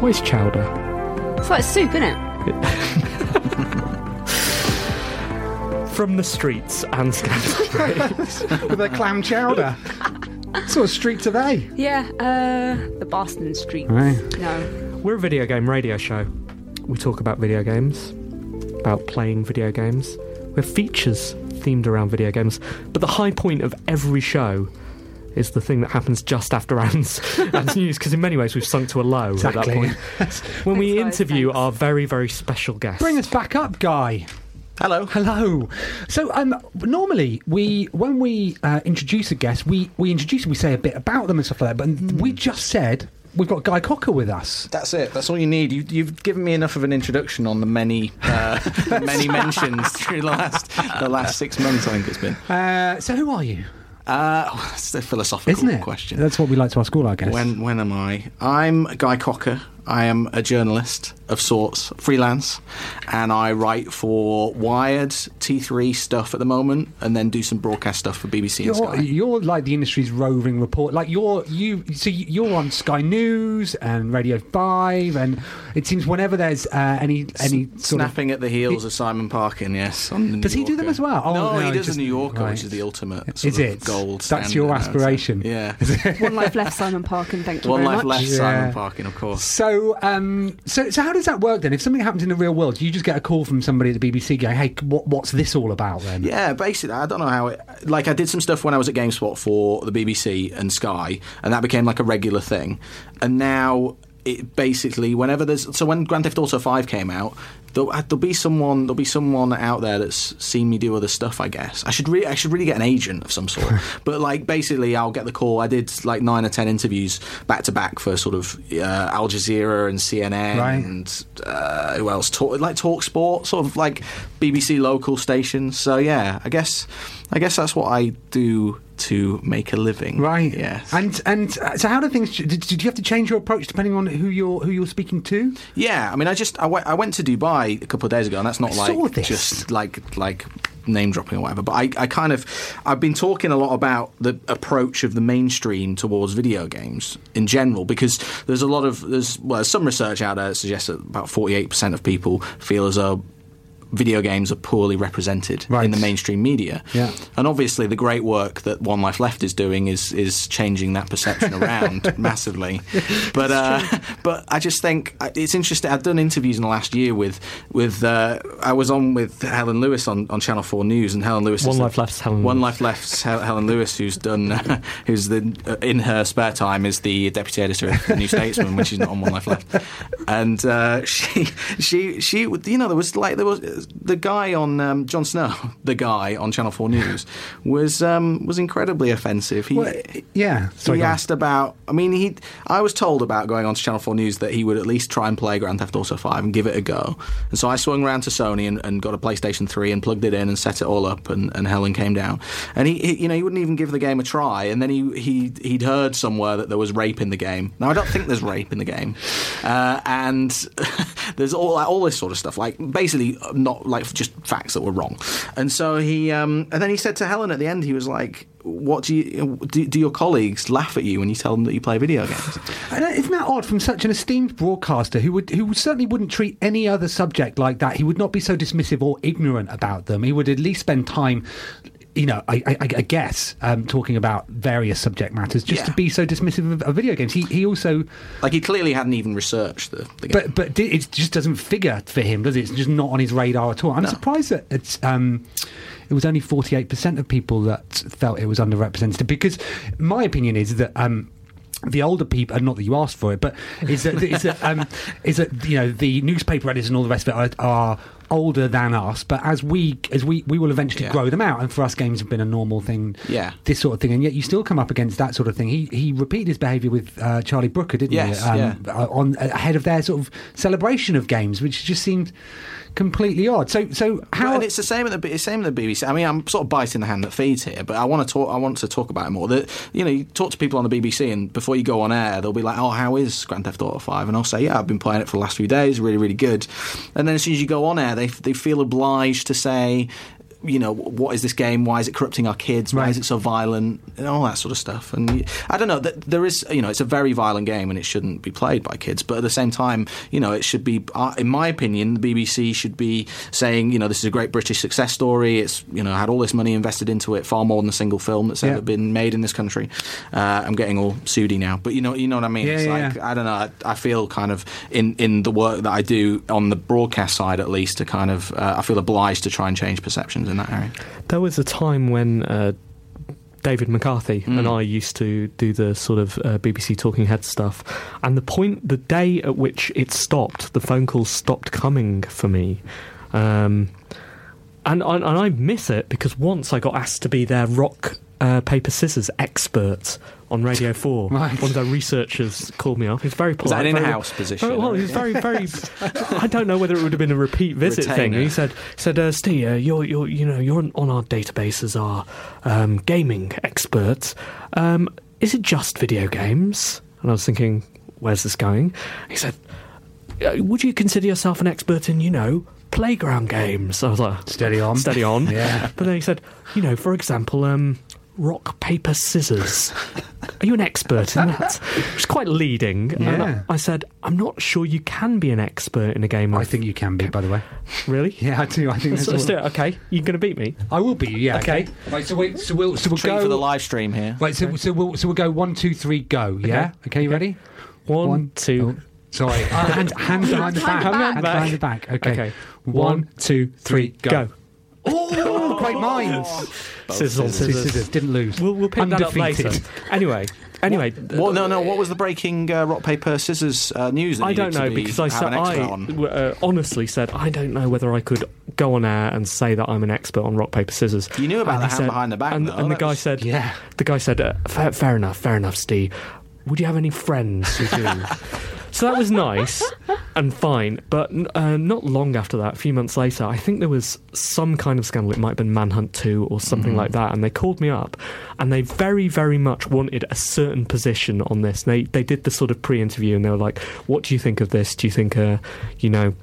Speaker 1: What is chowder?
Speaker 3: It's like soup, isn't it?
Speaker 1: From the streets and scandal.
Speaker 2: With a clam chowder. what sort of street are they?
Speaker 3: Yeah, uh, the Boston Street.
Speaker 2: Right.
Speaker 3: No.
Speaker 1: We're a video game radio show. We talk about video games, about playing video games. We have features themed around video games, but the high point of every show is the thing that happens just after Anne's, Anne's news, because in many ways we've sunk to a low
Speaker 2: Exactly.
Speaker 1: at that point. When we
Speaker 3: Thanks, guys,
Speaker 1: interview
Speaker 3: thanks.
Speaker 1: our very, very special guest.
Speaker 2: Bring us back up, guy.
Speaker 4: Hello.
Speaker 2: Oh, Hello. So, um, normally we, when we uh, introduce a guest, we we introduce them, we say a bit about them and stuff like that. But
Speaker 4: Hmm.
Speaker 2: we just said we've got Guy Cocker with us.
Speaker 4: That's it. That's all you need. You, you've given me enough of an introduction on the many, uh, the many mentions through the last the last six months. I think it's been.
Speaker 2: Uh, so, who are you?
Speaker 4: Uh, oh, that's a philosophical
Speaker 2: Isn't it?
Speaker 4: question.
Speaker 2: That's what we like to ask all our guests.
Speaker 4: When when am I? I'm Guy Cocker. I am a journalist of sorts, freelance, and I write for Wired, T3 stuff at the moment, and then do some broadcast stuff for BBC and
Speaker 2: You're,
Speaker 4: Sky.
Speaker 2: you're like the industry's roving report. Like you're you. So you're on Sky News and Radio Five, and it seems whenever there's uh, any any sort of
Speaker 4: Snapping at the heels of Simon Parkin, yes. on the
Speaker 2: Does
Speaker 4: New
Speaker 2: he do them
Speaker 4: Yorker.
Speaker 2: as well? Oh,
Speaker 4: no,
Speaker 2: no,
Speaker 4: he
Speaker 2: he
Speaker 4: does
Speaker 2: just-
Speaker 4: the New Yorker,
Speaker 2: right.
Speaker 4: which is the ultimate
Speaker 2: Is
Speaker 4: sort
Speaker 2: it?
Speaker 4: of gold.
Speaker 2: That's
Speaker 4: standard,
Speaker 2: your
Speaker 4: I would say.
Speaker 2: aspiration.
Speaker 4: Yeah.
Speaker 3: One life left, Simon Parkin. Thank you
Speaker 4: One
Speaker 3: very
Speaker 4: life
Speaker 3: much.
Speaker 4: left,
Speaker 2: Yeah.
Speaker 4: Simon Parkin, of course.
Speaker 2: So, um, so, so, how does that work then? If something happens in the real world, you just get a call from somebody at the BBC going, "Hey, what, what's this all about?" Then,
Speaker 4: Yeah, basically, I don't know how it. Like, I did some stuff when I was at GameSpot for the BBC and Sky, and that became like a regular thing. And now, it basically, whenever there's so when Grand Theft Auto Five came out, there'll, uh, there'll be someone there'll be someone out there that's seen me do other stuff. I guess I should really I should really get an agent of some sort. but like, basically, I'll get the call. I did like nine or ten interviews back to back for sort of uh, Al Jazeera and CNN
Speaker 2: Right.
Speaker 4: and and uh, who else? Talk, like Talk Sport, sort of like BBC local stations. So yeah, I guess I guess that's what I do to make a living.
Speaker 2: right.
Speaker 4: Yes.
Speaker 2: And and uh, so, how do things? Did, did you have to change your approach depending on who you're who you're speaking to?
Speaker 4: yeah. I mean, I just I went- I went to Dubai a couple of days ago, and that's not
Speaker 2: I
Speaker 4: like
Speaker 2: saw this.
Speaker 4: just like like name dropping or whatever. But I, I kind of I've been talking a lot about the approach of the mainstream towards video games in general because there's a lot of there's well some research out there that suggests that about 48 percent of people feel as though video games are poorly represented
Speaker 2: Right.
Speaker 4: in the mainstream media.
Speaker 2: Yeah.
Speaker 4: And obviously, the great work that One Life Left is doing is is changing that perception around massively. But uh, but I just think I- it's interesting. I've done interviews in the last year with with uh, I was on with Helen Lewis on, on Channel Four News, and Helen Lewis. is
Speaker 1: One
Speaker 4: the-
Speaker 1: Life Left's Helen
Speaker 4: One
Speaker 1: Lewis.
Speaker 4: Life Left's Hel- Helen Lewis, who's done who's the uh, in her spare time is the deputy editor of the New Statesman when she's not on One Life Left, and uh, she she she you know there was like there was uh, the guy on um, John Snow the guy on Channel Four News was um, was incredibly offensive. He,
Speaker 2: Well, yeah. Sorry,
Speaker 4: he
Speaker 2: go on.
Speaker 4: asked about. I mean, he. I was told about going on to Channel Four News that he would at least try and play Grand Theft Auto Five and give it a go. And so I swung round to Sony and, and got a PlayStation Three and plugged it in and set it all up. And, and Helen came down. And he, he, you know, he wouldn't even give the game a try. And then he he he'd heard somewhere that there was rape in the game. Now I don't think there's rape in the game. Uh, and there's all all this sort of stuff. Like basically not like just facts that were wrong. And so he um, and then he said to Helen at the end, he was like what do you do, do your colleagues laugh at you when you tell them that you play video games
Speaker 2: And uh, isn't that odd from such an esteemed broadcaster who would who certainly wouldn't treat any other subject like that? He would not be so dismissive or ignorant about them. He would at least spend time. You know, I, I, I guess um, talking about various subject matters just to
Speaker 4: Yeah.
Speaker 2: be so dismissive of, of video games. He he also,
Speaker 4: like he clearly hadn't even researched the, the game
Speaker 2: but but di- it just doesn't figure for him, does it? It's just not on his radar at all. I'm surprised that it's um, it was only 48 percent of people that felt it was underrepresented because my opinion is that um, the older people, and not that you asked for it, but is that, is that, um, is that you know the newspaper editors and all the rest of it are, are older than us, but as we as we we will eventually
Speaker 4: Yeah.
Speaker 2: grow them out, and for us, games have been a normal thing.
Speaker 4: Yeah.
Speaker 2: this sort of thing, and yet you still come up against that sort of thing. He he repeated his behaviour with uh, Charlie Brooker, didn't
Speaker 4: Yes,
Speaker 2: he?
Speaker 4: yeah.
Speaker 2: uh, On ahead of their sort of celebration of games, which just seemed completely odd. So so
Speaker 4: Well,
Speaker 2: how
Speaker 4: and it's the same at the it's the same at the BBC. I mean, I'm sort of biting the hand that feeds here, but I want to talk. I want to talk about it more. That you know, you talk to people on the BBC, and before you go on air, they'll be like, "Oh, how is Grand Theft Auto 5? And I'll say, "Yeah, I've been playing it for the last few days. Really, really good." And then as soon as you go on air, they they feel obliged to say. You know what is this game? Why is it corrupting our kids? Why is
Speaker 2: Right.
Speaker 4: it so violent? And all that sort of stuff. And y- I don't know. th- There is, you know, it's a very violent game, and it shouldn't be played by kids. But at the same time, you know, it should be, uh, in my opinion, the BBC should be saying, you know, this is a great British success story. It's, you know, had all this money invested into it, far more than a single film that's
Speaker 2: Yeah.
Speaker 4: ever been made in this country. Uh, I'm getting all suedy now, but you know, you know what I mean.
Speaker 2: Yeah,
Speaker 4: it's
Speaker 2: yeah,
Speaker 4: like
Speaker 2: yeah.
Speaker 4: I don't know. I, I feel kind of in in the work that I do on the broadcast side, at least, to kind of, uh, I feel obliged to try and change perceptions in that area.
Speaker 1: There was a time when uh, David McCarthy and
Speaker 4: Mm.
Speaker 1: I used to do the sort of uh, BBC Talking Head stuff, and the point, the day at which it stopped, the phone calls stopped coming for me. Um, and, and and I miss it because once I got asked to be their rock uh, paper scissors expert on Radio Four.
Speaker 2: Right.
Speaker 1: One of their researchers called me up. He's very
Speaker 4: Was that
Speaker 1: polite.
Speaker 4: an
Speaker 1: very-
Speaker 4: in-house position?
Speaker 1: very- well, he was very very. I don't know whether it would have been a repeat visit thing.
Speaker 4: Retainer.
Speaker 1: He said said uh, Steve, uh, you're you're you know you're on our database as our um, gaming experts. Um, is it just video games? And I was thinking, where's this going? He said, uh, would you consider yourself an expert in, you know, playground games? I was like,
Speaker 2: Steady on.
Speaker 1: steady on.
Speaker 2: Yeah.
Speaker 1: But then he said, you know, for example, um, rock, paper, scissors. Are you an expert in that? Which is quite leading. And
Speaker 2: Yeah.
Speaker 1: I said, I'm not sure you can be an expert in a game.
Speaker 2: I
Speaker 1: of-
Speaker 2: think you can be, by the way.
Speaker 1: really.
Speaker 2: Yeah, I do. I think
Speaker 1: Let's,
Speaker 2: that's
Speaker 1: let's
Speaker 2: what-
Speaker 1: do it. Okay, you're going to beat me.
Speaker 2: I will be. Yeah. Okay.
Speaker 1: Okay.
Speaker 2: Right. So wait. So we'll. So we'll
Speaker 4: Treat
Speaker 2: go
Speaker 4: for the live stream here.
Speaker 2: Right. So so we'll so we'll go one, two, three, go. Yeah. Okay. you ready?
Speaker 1: One, two.
Speaker 2: oh, sorry. Uh, hand, hand behind the back. Hand behind the back. Okay.
Speaker 1: Okay.
Speaker 2: One, two, three, go.
Speaker 1: go.
Speaker 2: Oh, great minds.
Speaker 1: Scissors on
Speaker 2: Two
Speaker 1: scissors.
Speaker 2: scissors. Didn't lose.
Speaker 1: We'll, we'll pick that
Speaker 2: Undefeated.
Speaker 1: up later. Anyway, anyway.
Speaker 4: Well, no, no. What was the breaking uh, rock paper scissors uh, news? That
Speaker 1: I
Speaker 4: you
Speaker 1: don't
Speaker 4: need to
Speaker 1: know
Speaker 4: be-
Speaker 1: because I
Speaker 4: have
Speaker 1: said
Speaker 4: an
Speaker 1: I
Speaker 4: expert on?
Speaker 1: uh, honestly said I don't know whether I could go on air and say that I'm an expert on rock paper scissors.
Speaker 4: You knew about
Speaker 1: And
Speaker 4: the
Speaker 1: he
Speaker 4: hand behind the back,
Speaker 1: and,
Speaker 4: though.
Speaker 1: and the
Speaker 4: That
Speaker 1: guy
Speaker 4: was-
Speaker 1: said,
Speaker 2: Yeah.
Speaker 1: the guy said, uh, fair, fair enough, fair enough, Steve. Would you have any friends who do? so that was nice and fine, but uh, not long after that, a few months later, I think there was some kind of scandal. It might have been Manhunt 2 or something like that, and they called me up and they very, very much wanted a certain position on this. They, they did the sort of pre interview and they were like, What do you think of this? Do you think, uh, you know,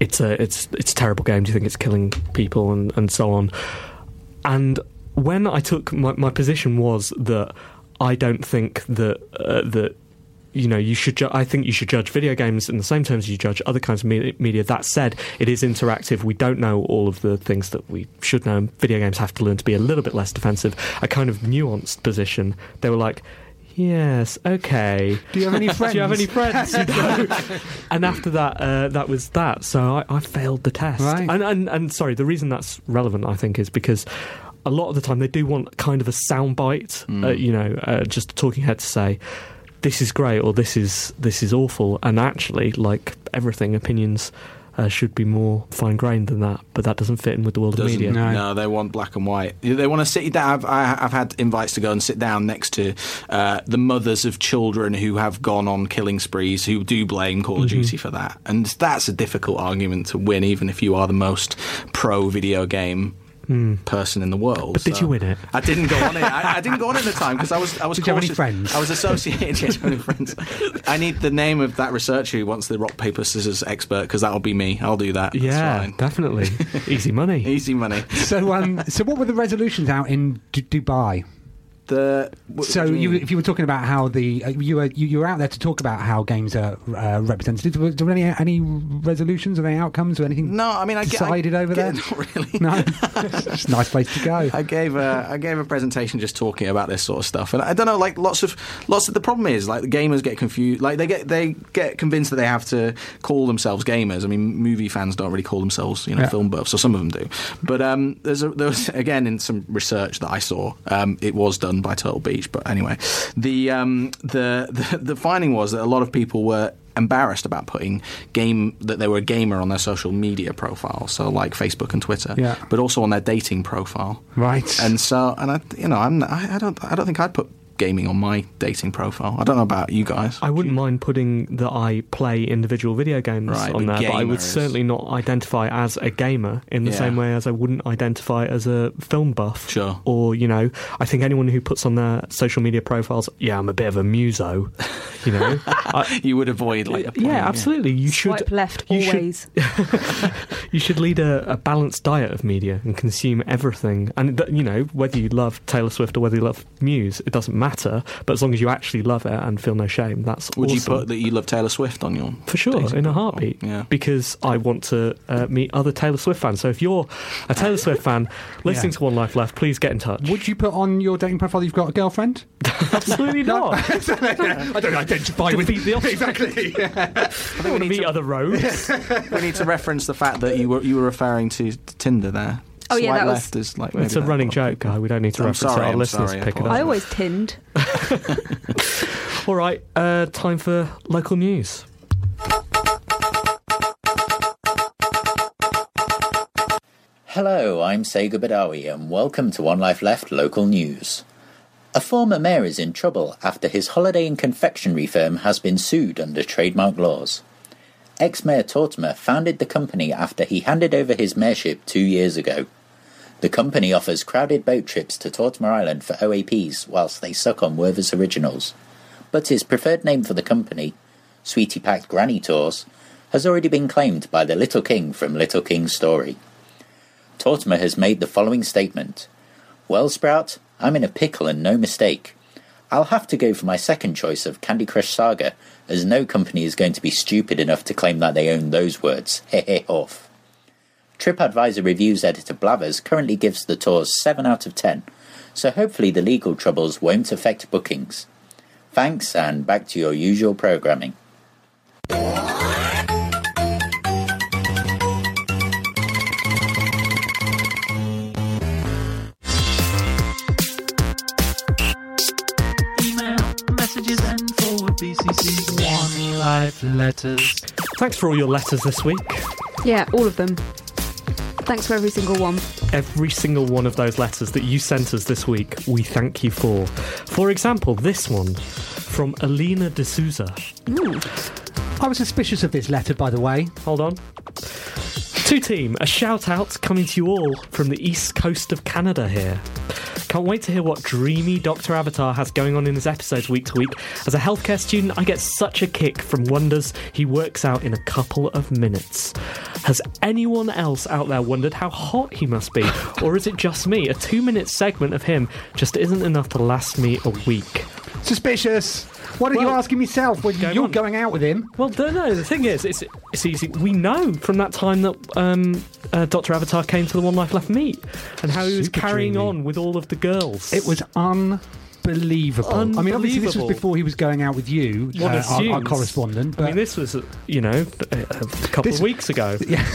Speaker 1: it's a it's it's a terrible game. Do you think it's killing people and and so on? And when I took my my position was that I don't think that uh, that you know you should. Ju- I think you should judge video games in the same terms you judge other kinds of me- media. That said, it is interactive. We don't know all of the things that we should know. Video games have to learn to be a little bit less defensive. A kind of nuanced position. They were like. Yes. Okay.
Speaker 2: Do you have any friends?
Speaker 1: Do you have any friends? You know? and after that, uh, that was that. So I, I failed the test.
Speaker 2: Right.
Speaker 1: And, and and sorry, the reason that's relevant, I think, is because a lot of the time they do want kind of a soundbite, uh,
Speaker 4: Mm.
Speaker 1: you know, uh, just a talking head to say. This is great, or this is this is awful, and actually, like everything, opinions uh, should be more fine-grained than that. But that doesn't fit in with the world
Speaker 4: Doesn't-
Speaker 1: of media.
Speaker 2: No.
Speaker 4: No. they want black and white. They want to sit down. I've, I, I've had invites to go and sit down next to uh, the mothers of children who have gone on killing sprees who do blame Call of
Speaker 1: Mm-hmm.
Speaker 4: Duty for that. And that's a difficult argument to win, even if you are the most pro video game. Person in the world.
Speaker 1: Hmm. But did you win it?
Speaker 4: I didn't go on it. I, I didn't go on it at the time because I was. I was.
Speaker 2: Did you have any
Speaker 4: cautious.
Speaker 2: friends?
Speaker 4: I was associated. yes, with friends. I need the name of that researcher who wants the rock paper scissors expert because that'll be me. I'll do that. That's
Speaker 1: Yeah,
Speaker 4: fine.
Speaker 1: definitely, easy money.
Speaker 4: easy money.
Speaker 2: So um, so what were the resolutions out in D- Dubai?
Speaker 4: The what-
Speaker 2: So
Speaker 4: what do
Speaker 2: you,
Speaker 4: mean?
Speaker 2: if you were talking about how the uh, you were you, you were out there to talk about how games are uh, represented. Were there any any resolutions or any outcomes or anything?
Speaker 4: No, I mean, I get- I
Speaker 2: decided over
Speaker 4: get-
Speaker 2: there.
Speaker 4: not really.
Speaker 2: No, it's a nice place to go.
Speaker 4: I gave a I gave a presentation just talking about this sort of stuff, and I don't know, like lots of lots of the problem is like the gamers get confused, like they get they get convinced that they have to call themselves gamers. I mean, movie fans don't really call themselves, you know,
Speaker 2: Yeah.
Speaker 4: film buffs, or some of them do. But um, there's a, there was again in some research that I saw, um, it was done done by Turtle Beach. But anyway, the um, the, the the finding was that a lot of people were embarrassed about putting game that they were a gamer on their social media profile, so like Facebook and Twitter,
Speaker 2: Yeah.
Speaker 4: but also on their dating profile.
Speaker 2: Right.
Speaker 4: And so, and I, you know, I'm I, I don't I don't think I'd put gaming on my dating profile. I don't know about you guys.
Speaker 1: I wouldn't mind putting that I play individual video games
Speaker 4: Right,
Speaker 1: on
Speaker 4: but
Speaker 1: there, but I
Speaker 4: gamer
Speaker 1: would
Speaker 4: is-
Speaker 1: certainly not identify as a gamer in the
Speaker 4: Yeah.
Speaker 1: same way as I wouldn't identify as a film buff.
Speaker 4: Sure.
Speaker 1: Or, you know, I think anyone who puts on their social media profiles, yeah, I'm a bit of a muso, you know. I,
Speaker 4: you would avoid like a porn,
Speaker 1: yeah, absolutely. You
Speaker 3: Swipe
Speaker 1: should
Speaker 3: left
Speaker 1: you should-
Speaker 3: always.
Speaker 1: you should lead a, a balanced diet of media and consume everything. And th- you know, whether you love Taylor Swift or whether you love Muse, it doesn't matter. But as long as you actually love it and feel no shame, that's
Speaker 4: Would
Speaker 1: awesome.
Speaker 4: you put that you love Taylor Swift on your
Speaker 1: for sure
Speaker 4: dating
Speaker 1: in a
Speaker 4: profile?
Speaker 1: heartbeat?
Speaker 4: Yeah.
Speaker 1: Because I want to uh, meet other Taylor Swift fans. So if you're a Taylor Swift fan listening
Speaker 2: Yeah.
Speaker 1: to One Life Left, please get in touch.
Speaker 2: Would you put on your dating profile that you've got a girlfriend?
Speaker 1: absolutely not?
Speaker 2: I don't identify with
Speaker 1: Defeat the obstacle.
Speaker 2: exactly.
Speaker 1: I don't want to meet other roads.
Speaker 4: we need to reference the fact that you were you were referring to Tinder there.
Speaker 3: Oh, yeah,
Speaker 4: Swipe
Speaker 3: that was-
Speaker 4: left is like maybe
Speaker 1: it's a
Speaker 4: that-
Speaker 1: running joke, guy. We don't need to
Speaker 4: I'm
Speaker 1: reference
Speaker 4: sorry,
Speaker 1: it. Our
Speaker 4: I'm
Speaker 1: listeners
Speaker 4: sorry, I
Speaker 1: pick it up.
Speaker 3: I always tinned.
Speaker 1: All right, uh, time for local news.
Speaker 6: Hello, I'm Sega Badawi, and welcome to One Life Left local news. A former mayor is in trouble after his holiday and confectionery firm has been sued under trademark laws. Ex Mayor Tortimer founded the company after he handed over his mayorship two years ago. The company offers crowded boat trips to Tortimer Island for OAPs whilst they suck on Werther's originals. But his preferred name for the company, Sweetie Packed Granny Tours, has already been claimed by the Little King from Little King's Story. Tortimer has made the following statement Well, Sprout, I'm in a pickle and no mistake. I'll have to go for my second choice of Candy Crush Saga, as no company is going to be stupid enough to claim that they own those words. Hehe off. TripAdvisor reviews editor Blavers currently gives the tours 7 out of 10, so hopefully the legal troubles won't affect bookings. Thanks, and back to your usual programming.
Speaker 7: email messages and forward BCC One Life letters.
Speaker 1: Thanks for all your letters this week.
Speaker 3: Yeah, all of them. Thanks for every single one.
Speaker 1: every single one of those letters that you sent us this week, we thank you for. For example, this one from Alina D'Souza.
Speaker 2: I was suspicious of this letter, by the way.
Speaker 1: Hold on. Two team, a shout out coming to you all from the east coast of Canada here. Can't wait to hear what dreamy Dr. Avatar has going on in his episodes week to week. As a healthcare student, I get such a kick from wonders he works out in a couple of minutes. Has anyone else out there wondered how hot he must be? Or is it just me? A two minute segment of him just isn't enough to last me a week.
Speaker 2: Suspicious. What are you
Speaker 1: Well,
Speaker 2: asking yourself when
Speaker 1: going
Speaker 2: you're
Speaker 1: on?
Speaker 2: going out with him?
Speaker 1: Well, no, no. The thing is, it's it's easy. We know from that time that um, uh, Doctor Avatar came to the One Life Left meet, and how he was
Speaker 2: Super
Speaker 1: carrying
Speaker 2: dreamy.
Speaker 1: on with all of the girls.
Speaker 2: It was unbelievable. I mean, obviously, this was
Speaker 1: Unbelievable.
Speaker 2: before he was going out with you,
Speaker 1: One
Speaker 2: uh, our, our
Speaker 1: assumes.
Speaker 2: correspondent. But
Speaker 1: I mean, this was uh, you know a, a couple
Speaker 2: This-
Speaker 1: of weeks ago.
Speaker 2: yeah,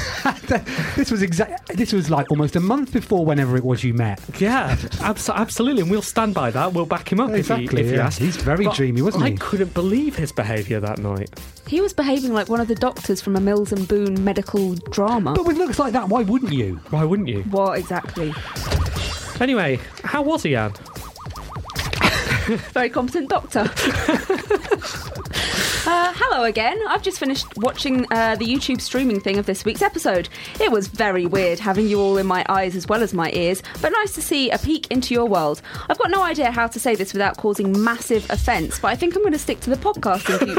Speaker 2: this was exact. This was like almost a month before whenever it was you met.
Speaker 1: Yeah, abso- absolutely, and we'll stand by that. We'll back him up
Speaker 2: Exactly,
Speaker 1: if he, if he
Speaker 2: yeah.
Speaker 1: asks.
Speaker 2: He's very dreamy, wasn't
Speaker 1: I
Speaker 2: he?
Speaker 1: couldn't believe his behaviour that night.
Speaker 3: He was behaving like one of the doctors from a Mills and Boone medical drama.
Speaker 2: But with looks like that, why wouldn't you?
Speaker 1: Why wouldn't you?
Speaker 3: What exactly?
Speaker 1: Anyway, how was he, Anne?
Speaker 3: Very competent doctor. Uh, hello again. I've just finished watching uh, the YouTube streaming thing of this week's episode. It was very weird having you all in my eyes as well as my ears, but nice to see a peek into your world. I've got no idea how to say this without causing massive offence, but I think I'm going to stick to the podcast in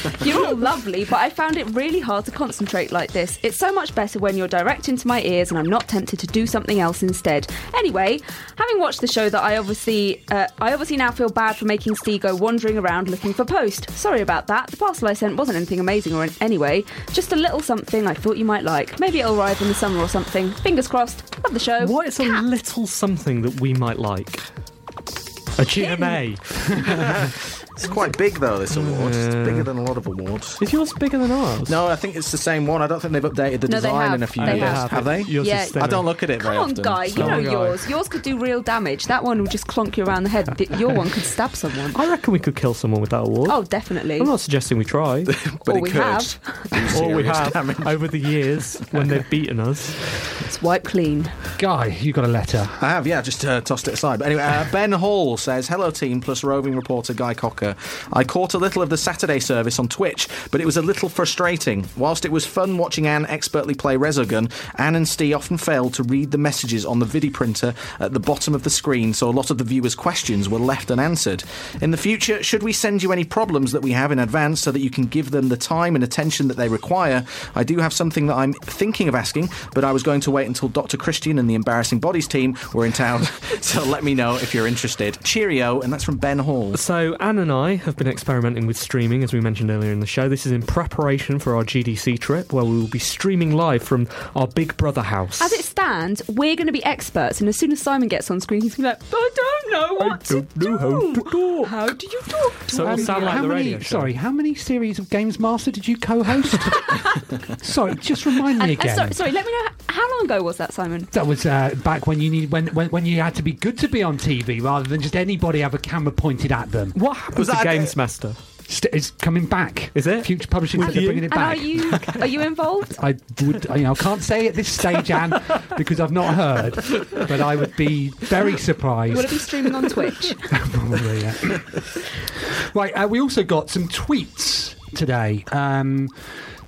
Speaker 3: future. You're all lovely, but I found it really hard to concentrate like this. It's so much better when you're direct into my ears and I'm not tempted to do something else instead. Anyway, having watched the show, that I obviously, uh, I obviously now feel bad for making Steve go wandering around looking for post. Sorry about that. The parcel I sent wasn't anything amazing or an- anyway, just a little something I thought you might like. Maybe it'll arrive in the summer or something. Fingers crossed. Love the show.
Speaker 1: What is a
Speaker 3: Cat.
Speaker 1: little something that we might like? A GMA.
Speaker 4: It's quite big though. This award. It's bigger than a lot of awards.
Speaker 1: Is yours bigger than ours?
Speaker 4: No, I think it's the same one. I don't think they've updated the
Speaker 3: No, they
Speaker 4: design
Speaker 3: have.
Speaker 4: in a few
Speaker 3: They
Speaker 4: years.
Speaker 3: have.
Speaker 4: they?
Speaker 1: Yours
Speaker 3: Yeah.
Speaker 1: is thinner.
Speaker 4: I don't look at it very
Speaker 3: Come on,
Speaker 4: often.
Speaker 3: guy. You
Speaker 4: so-
Speaker 3: know
Speaker 1: Come on, guy.
Speaker 3: yours. Yours could do real damage. That one would just clonk you around the head. Th- Your one could stab someone.
Speaker 1: I reckon we could kill someone with that award.
Speaker 3: Oh, definitely.
Speaker 1: I'm not suggesting we try.
Speaker 4: but
Speaker 3: Or
Speaker 4: it
Speaker 3: we
Speaker 4: could.
Speaker 3: have.
Speaker 1: All we
Speaker 4: Serious
Speaker 1: have
Speaker 4: damage.
Speaker 1: over the years when they've beaten us.
Speaker 3: It's wipe clean.
Speaker 2: Guy, you got a letter.
Speaker 4: I have, yeah, just uh, tossed it aside. But anyway, uh, Ben Hall says, Hello, team, plus roving reporter Guy Cocker. I caught a little of the Saturday service on Twitch, but it was a little frustrating. Whilst it was fun watching Anne expertly play Resogun, Anne and Steve often failed to read the messages on the vidi printer at the bottom of the screen, so a lot of the viewers' questions were left unanswered. In the future, should we send you any problems that we have in advance so that you can give them the time and attention that they require? I do have something that I'm thinking of asking, but I was going to wait until Dr. Christian and the Embarrassing Bodies team were in town, so let me know if you're interested. Cheerio, and that's from Ben Hall.
Speaker 1: So, Anne and I have been experimenting with streaming, as we mentioned earlier in the show. This is in preparation for our GDC trip, where we will be streaming live from our Big Brother house.
Speaker 3: As it stands, we're going to be experts, and as soon as Simon gets on screen, he's going to be like, I don't know what
Speaker 1: don't
Speaker 3: to
Speaker 1: know how
Speaker 3: do.
Speaker 1: to talk."
Speaker 3: How do you talk? to
Speaker 1: So it will
Speaker 3: me?
Speaker 1: sound like
Speaker 2: how
Speaker 1: the
Speaker 2: many,
Speaker 1: radio show.
Speaker 2: Sorry, how many series of Games Master did you co-host? sorry, just remind me
Speaker 3: And- uh,
Speaker 2: again.
Speaker 3: sorry, sorry, let me know. How long ago was that, Simon?
Speaker 2: That was uh, back when you need when, when when you had to be good to be on TV rather than just anybody have a camera pointed at them.
Speaker 1: What happens
Speaker 4: Was
Speaker 1: to
Speaker 4: that-
Speaker 1: Games Master?
Speaker 2: St- it's coming back.
Speaker 1: Is it?
Speaker 2: Future Publishing
Speaker 1: With
Speaker 2: they're
Speaker 1: you?
Speaker 2: bringing it
Speaker 3: And
Speaker 2: back.
Speaker 3: are you are you involved?
Speaker 2: I would, you know, I can't say at this stage, Anne, because I've not heard. But I would be very
Speaker 3: Will it
Speaker 2: surprised.
Speaker 3: be streaming on Twitch?
Speaker 2: Probably, yeah. right, uh, we also got some tweets today. Um,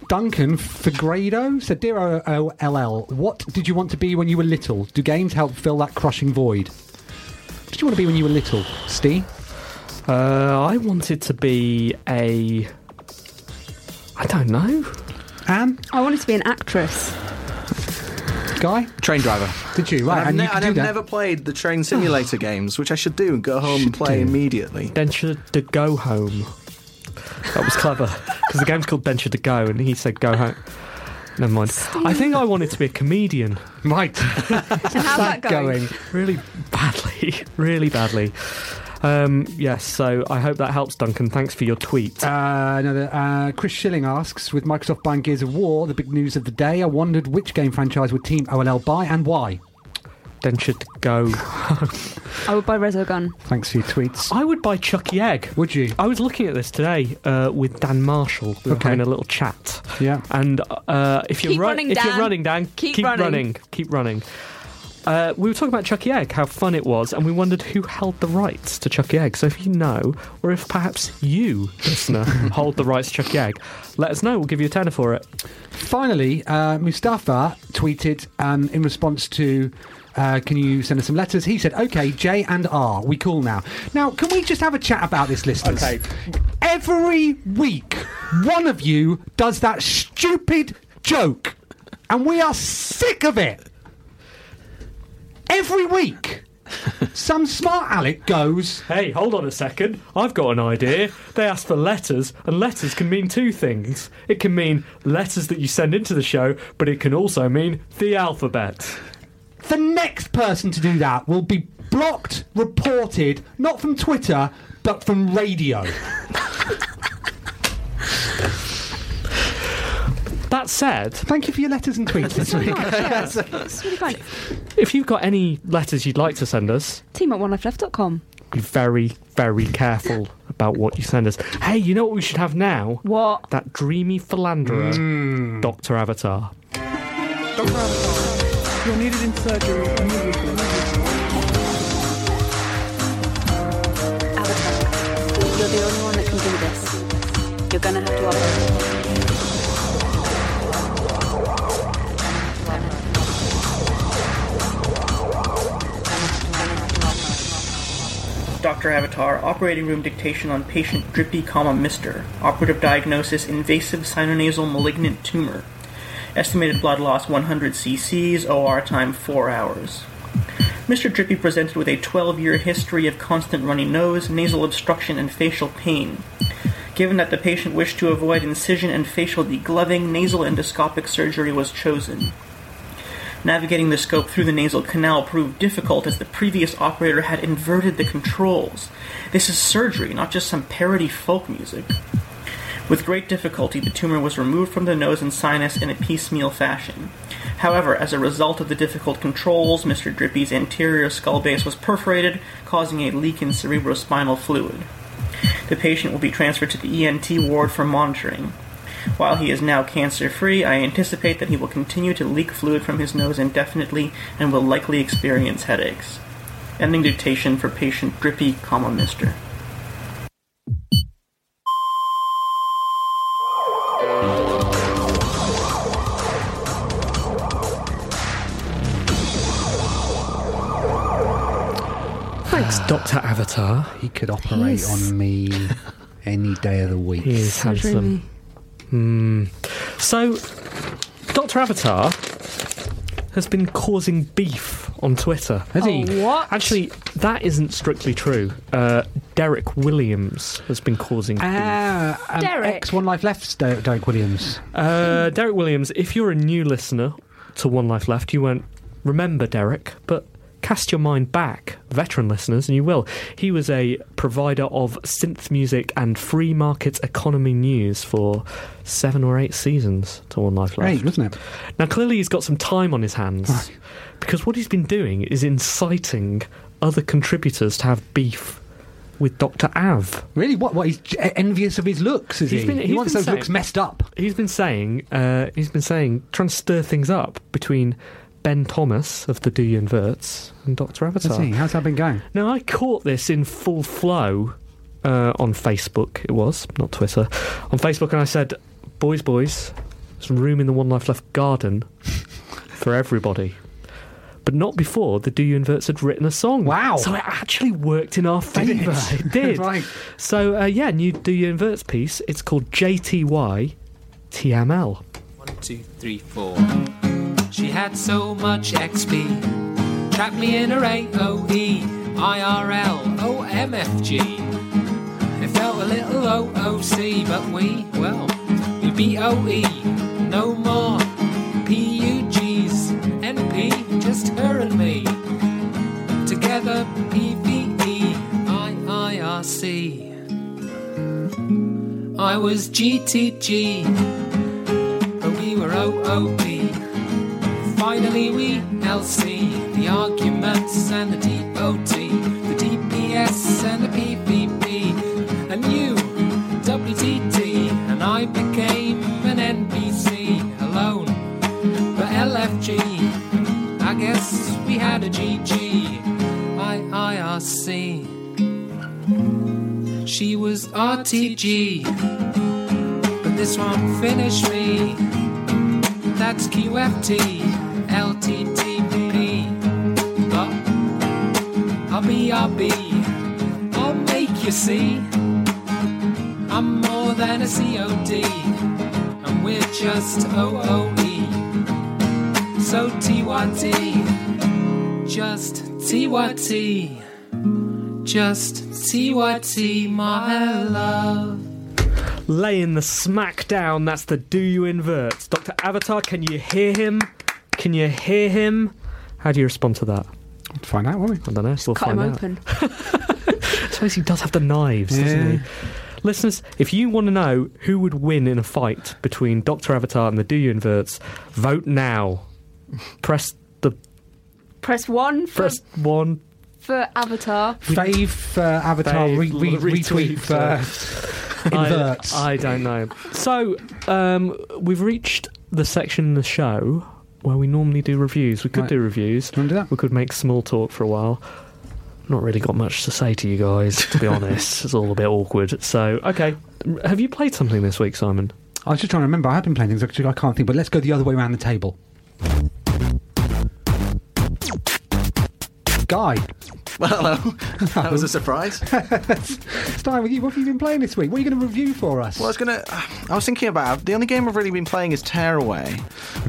Speaker 2: Duncan Fagredo said, "Dear OLL, what did you want to be when you were little? Do games help fill that crushing void? What did you want to be when you were little, Steve?
Speaker 1: Uh, I wanted to be a. I don't know.
Speaker 2: Anne,
Speaker 3: I wanted to be an actress.
Speaker 2: Guy?
Speaker 4: Train driver.
Speaker 2: Did you? Right,
Speaker 4: and I've,
Speaker 2: and
Speaker 4: ne-
Speaker 2: you can
Speaker 4: and
Speaker 2: do
Speaker 4: I've
Speaker 2: that.
Speaker 4: never played the train simulator games, which I should do and go home and play
Speaker 2: do.
Speaker 4: immediately.
Speaker 1: Denture to go home. That was clever because the game's called Denture to go, and he said go home. Never mind. I think I wanted to be a comedian.
Speaker 2: Right,
Speaker 3: And how's that
Speaker 2: that going.
Speaker 1: really badly, really badly. Um, yes, so I hope that helps, Duncan. Thanks for your tweet.
Speaker 2: Uh, another uh, Chris Schilling asks: With Microsoft buying Gears of War, the big news of the day, I wondered which game franchise would Team OLL buy and why.
Speaker 1: Denture to go.
Speaker 3: I would buy Resogun.
Speaker 2: Thanks for your tweets.
Speaker 1: I would buy E. Chucky Egg.
Speaker 2: Would you?
Speaker 1: I was looking at this today uh, with Dan Marshall. We were
Speaker 2: Okay.
Speaker 1: having a little chat.
Speaker 2: Yeah.
Speaker 1: And uh, if you're
Speaker 3: Keep
Speaker 1: ru-
Speaker 3: running,
Speaker 1: if you're
Speaker 3: Dan.
Speaker 1: running, Dan,
Speaker 3: Keep running.
Speaker 1: keep running. Uh, we were talking about Chucky Egg, how fun it was, and we wondered who held the rights to Chucky Egg. So if you know, or if perhaps you, listener, hold the rights to Chucky Egg, let us know. We'll give you a tenner for it.
Speaker 2: Finally, uh, Mustafa tweeted um, in response to. Uh, can you send us some letters? He said, "Okay, J and R, we call now." Now, can we just have a chat about this, listeners?
Speaker 4: Okay.
Speaker 2: Every week, one of you does that stupid joke, and we are sick of it. Every week, some smart aleck goes,
Speaker 1: Hey, hold on a second. I've got an idea. They asked for letters, and letters can mean two things. It can mean letters that you send into the show, but it can also mean the alphabet.
Speaker 2: "The next person to do that will be blocked, reported, not from Twitter, but from radio."
Speaker 1: That said,
Speaker 2: Thank you for your letters and tweets this week.
Speaker 3: It's really kind.
Speaker 1: if you've got any letters you'd like to send us,
Speaker 3: Team at onelifeleft.com.
Speaker 1: be very, very careful about what you send us. Hey, you know what we should have now?
Speaker 3: What?
Speaker 1: That dreamy philanderer, Dr. Avatar.
Speaker 8: You're the only one that can do this. You're gonna have to operate.
Speaker 9: Dr. Avatar, operating room dictation on patient Drippy, comma, Mr. Operative diagnosis, invasive sinonasal malignant tumor. Estimated blood loss 100 cc's, OR time 4 hours. Mr. Drippy presented with a 12 year history of constant runny nose, nasal obstruction, and facial pain. Given that the patient wished to avoid incision and facial degloving, nasal endoscopic surgery was chosen. Navigating the scope through the nasal canal proved difficult as the previous operator had inverted the controls. This is surgery, not just some parody folk music. With great difficulty, the tumor was removed from the nose and sinus in a piecemeal fashion. However, as a result of the difficult controls, Mr. Drippy's anterior skull base was perforated, causing a leak in cerebrospinal fluid. The patient will be transferred to the ENT ward for monitoring. While he is now cancer free, I anticipate that he will continue to leak fluid from his nose indefinitely and will likely experience headaches. Ending dictation for patient Drippy, comma, Mr.
Speaker 1: Thanks, Doctor Avatar.
Speaker 2: He could operate
Speaker 1: He's-
Speaker 2: on me any day of the week.
Speaker 1: He is handsome. Hmm. So, Doctor Avatar has been causing beef on Twitter. Has
Speaker 10: he? Oh, what?
Speaker 1: Actually, that isn't strictly true. Uh, Derek Williams has been causing
Speaker 2: Ah, um,
Speaker 1: Derek.
Speaker 2: X One Life Left, Der- Derek Williams.
Speaker 1: Uh, Derek Williams, if you're a new listener to One Life Left, you won't remember Derek, but cast your mind back, veteran listeners, and you will. He was a provider of synth music and free market economy news for seven or eight seasons to One Life Left.
Speaker 2: Great, wasn't it?
Speaker 1: Now, clearly, he's got some time on his hands because what he's been doing is inciting other contributors to have beef with Dr. Av.
Speaker 2: Really? What? What? He's j- envious of his looks, is he? he wants those looks messed up.
Speaker 1: He's been saying, uh, he's been saying, trying to stir things up between Ben Thomas of the Do You Inverts and Doctor Avatar.
Speaker 2: Has he? How's that been going?
Speaker 1: Now I caught this in full flow uh, on Facebook. It was not Twitter, on Facebook, and I said, "Boys, boys, there's room in the One Life Left garden for everybody." But not before the Do You Inverts had written a song. Wow! So it actually worked in our
Speaker 2: Did it?
Speaker 1: favour. It did.
Speaker 2: Right.
Speaker 1: So uh, yeah, new Do You Inverts piece. It's called JTY TML.
Speaker 10: One, two, three, four. She had so much XP. Trapped me in her AOE, IRL, OMFG. It felt a little OOC, but we, well, we BOE. No more PUGs, NP, just her and me. Together, E, PVE, IIRC. I was GTG but we were OOP. Finally, we LC the arguments and the DOT, the DPS and the PPP, and you, WTT, and I became an NPC alone. But LFG, I guess we had a GG, IIRC. She was RTG, but this one finished me. That's QFT, LTTP. But I'll be, I'll be, I'll make you see. I'm more than a COD, and we're just OOE. So TYT, just TYT, just TYT, my love.
Speaker 1: Laying the smack down. That's the Do You Inverts. Doctor Avatar, can you hear him? Can you hear him? How do you respond to that?
Speaker 2: Find out, won't we?
Speaker 1: I don't know. We'll
Speaker 3: Cut
Speaker 1: find
Speaker 3: him
Speaker 1: out.
Speaker 3: open.
Speaker 1: suppose he does have the knives, doesn't he? Listeners, if you want to know who would win in a fight between Doctor Avatar and the Do You Inverts, vote now. Press the
Speaker 3: Press one for,
Speaker 1: press one.
Speaker 3: for Avatar.
Speaker 2: Fave uh, Avatar
Speaker 1: Fave,
Speaker 2: re- re-
Speaker 1: retweet,
Speaker 2: retweet. uh,
Speaker 1: I-
Speaker 2: for inverts.
Speaker 1: I, don't know. So um, we've reached the section in the show where we normally do reviews. We could
Speaker 2: Right.
Speaker 1: do reviews. We could make small talk for a while. Not really got much to say to you guys, to be honest. It's all a bit awkward. So, okay. Have you played something this week, Simon?
Speaker 2: I was just trying to remember. I have been playing things. Actually, I can't think. But let's go the other way around the table. Guy,
Speaker 4: Well, hello. that was a surprise.
Speaker 2: starting with you. What have you been playing this week? What are you going to review for us?
Speaker 4: Well, I was gonna. I was thinking about the only game I've really been playing is Tearaway,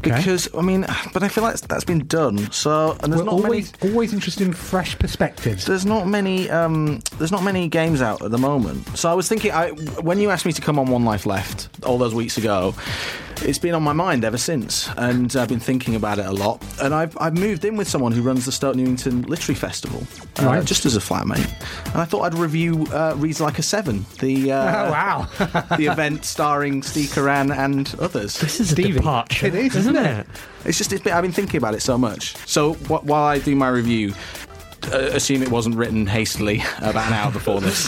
Speaker 4: because I mean, but I feel like that's been done. So and there's
Speaker 2: We're
Speaker 4: not uh,
Speaker 2: always always interested in fresh perspectives.
Speaker 4: many. There's not many. Um, there's not many games out at the moment. So I was thinking, I when you asked me to come on One Life Left all those weeks ago, it's been on my mind ever since, and I've been thinking about it a lot. And I've, I've moved in with someone who runs the Stoke Newington Literary Festival, uh,
Speaker 2: Right.
Speaker 4: just as a flatmate. And I thought I'd review uh, Reads Like a Seven, the uh,
Speaker 2: Oh, wow.
Speaker 4: the event starring Steve Curran and others. This
Speaker 1: is Stevie. a departure,
Speaker 4: it is,
Speaker 1: isn't it?
Speaker 4: It's just it's been, I've been thinking about it so much. So wh- while I do my review. Uh, assume it wasn't written hastily about an hour before this.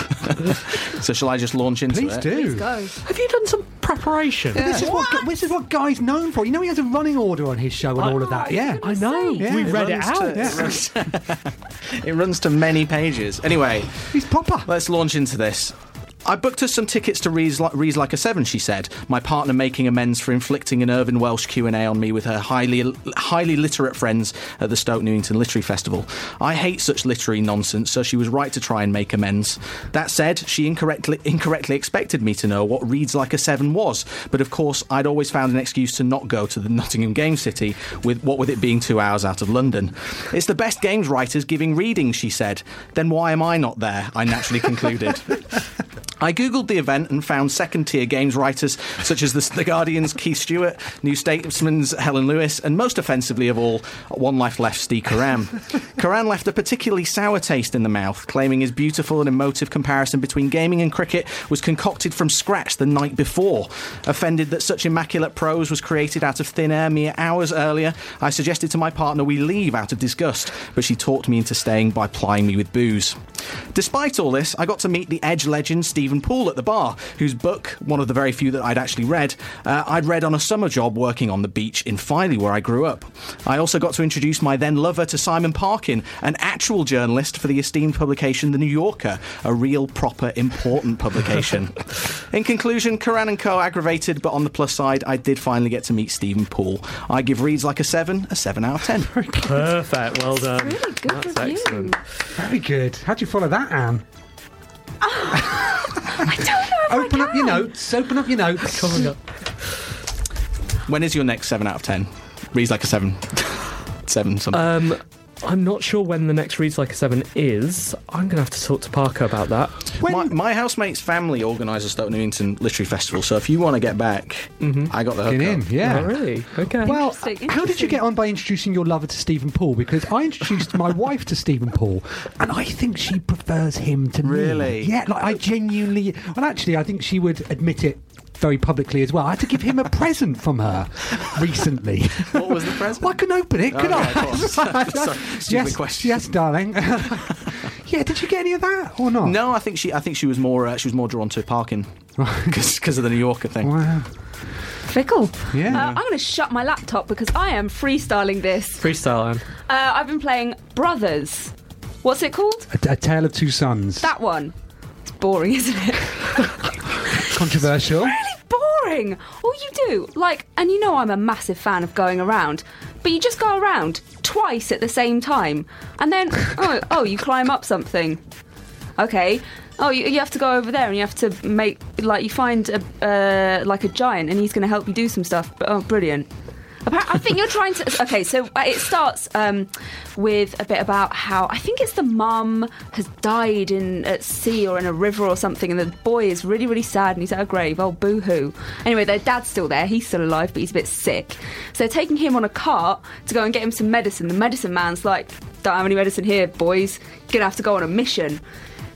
Speaker 4: so shall I just launch into
Speaker 2: Please
Speaker 4: it?
Speaker 2: do. Please
Speaker 4: go.
Speaker 1: Have you done some preparation?
Speaker 2: This is what, this is what Guy's known for. You know he has a running order on his show and all of that. Yeah,
Speaker 1: I know. We read it
Speaker 2: runs
Speaker 1: out.
Speaker 2: to-
Speaker 1: Yeah.
Speaker 4: runs It runs to many pages. Anyway,
Speaker 2: he's proper.
Speaker 4: Let's launch into this. I booked us some tickets to Rees Like, Rees like a Seven. She said, "My partner making amends for inflicting an Irvin Welsh Q and A on me with her highly highly literate friends at the Stoke Newington Literary Festival. I hate such literary nonsense, so she was right to try and make amends. That said, she incorrectly incorrectly expected me to know what Reads Like a Seven was, but of course, I'd always found an excuse to not go to the Nottingham Game City with what with it being two hours out of London. It's the best games writers giving readings, she said. Then why am I not there? I naturally concluded. I googled the event and found second tier games writers such as the, the Guardian's Keith Stewart, New Statesman's Helen Lewis, and most offensively of all, One Life Left Steve Karam. Karan left a particularly sour taste in the mouth, claiming his beautiful and emotive comparison between gaming and cricket was concocted from scratch the night before. Offended that such immaculate prose was created out of thin air mere hours earlier, I suggested to my partner we leave out of disgust, but she talked me into staying by plying me with booze. Despite all this, I got to meet the Edge legend Stephen Poole at the bar, whose book, one of the very few that I'd actually read, uh, I'd read on a summer job working on the beach in Filey, where I grew up. I also got to introduce my then lover to Simon Parkin, an actual journalist for the esteemed publication The New Yorker, a real, proper, important publication. in conclusion, Karan and Co. aggravated, but on the plus side, I did finally get to meet Stephen Poole. I give reads like a 7, a 7 out of 10.
Speaker 1: Perfect. Well done.
Speaker 3: Really good
Speaker 1: That's
Speaker 3: review.
Speaker 1: excellent.
Speaker 2: Very good. How'd you follow that, Anne? open up your notes. Open up your notes.
Speaker 4: When is your next 7 out of 10? Reads like a 7. 7 something.
Speaker 1: Um, I'm not sure when the next Reads Like a Seven is. I'm going to have to talk to Parker about that.
Speaker 4: My, my housemate's family organise a Stoke Newington Literary Festival, so if you want to get back, I got the hook up.
Speaker 2: Get in, yeah.
Speaker 1: Oh, really? Okay.
Speaker 2: Well, how did you get on by introducing your lover to Stephen Paul? Because I introduced my wife to Stephen Paul, and I think she prefers him to me.
Speaker 4: Really?
Speaker 2: Yeah, like I genuinely. Well, actually, I think she would admit it very publicly as well. I had to give him a present from her recently.
Speaker 4: What was the present?
Speaker 2: well, I couldn't open it, could
Speaker 4: Oh,
Speaker 2: I?
Speaker 4: yeah, of course. Sorry, stupid
Speaker 2: yes,
Speaker 4: question.
Speaker 2: yes, darling. yeah, did you get any of that or not?
Speaker 4: No, I think she. I think she was more. Uh, she was more drawn to Parkin because of the New Yorker thing.
Speaker 2: Wow.
Speaker 3: Fickle.
Speaker 2: Yeah.
Speaker 3: Uh, I'm going to shut my laptop because I am freestyling this.
Speaker 1: Freestyle, Anne.
Speaker 3: Uh, I've been playing Brothers. What's it called?
Speaker 2: A, a Tale of Two Sons.
Speaker 3: That one. It's boring, isn't it?
Speaker 2: Controversial.
Speaker 3: boring. All you do, like, and you know I'm a massive fan of going around, but you just go around twice at the same time, and then oh, oh, you climb up something. Okay. Oh, you, you have to go over there, and you have to make like you find a uh, like a giant, and he's going to help you do some stuff. But oh, brilliant. Appa- I think you're trying to. Okay, so uh, it starts um, with a bit about how I think it's the mum has died in at sea or in a river or something, and the boy is really really sad and he's at a grave. Oh boo hoo! Anyway, their dad's still there. He's still alive, but he's a bit sick. So they're taking him on a cart to go and get him some medicine. The medicine man's like, "Don't have any medicine here, boys. Gonna have to go on a mission."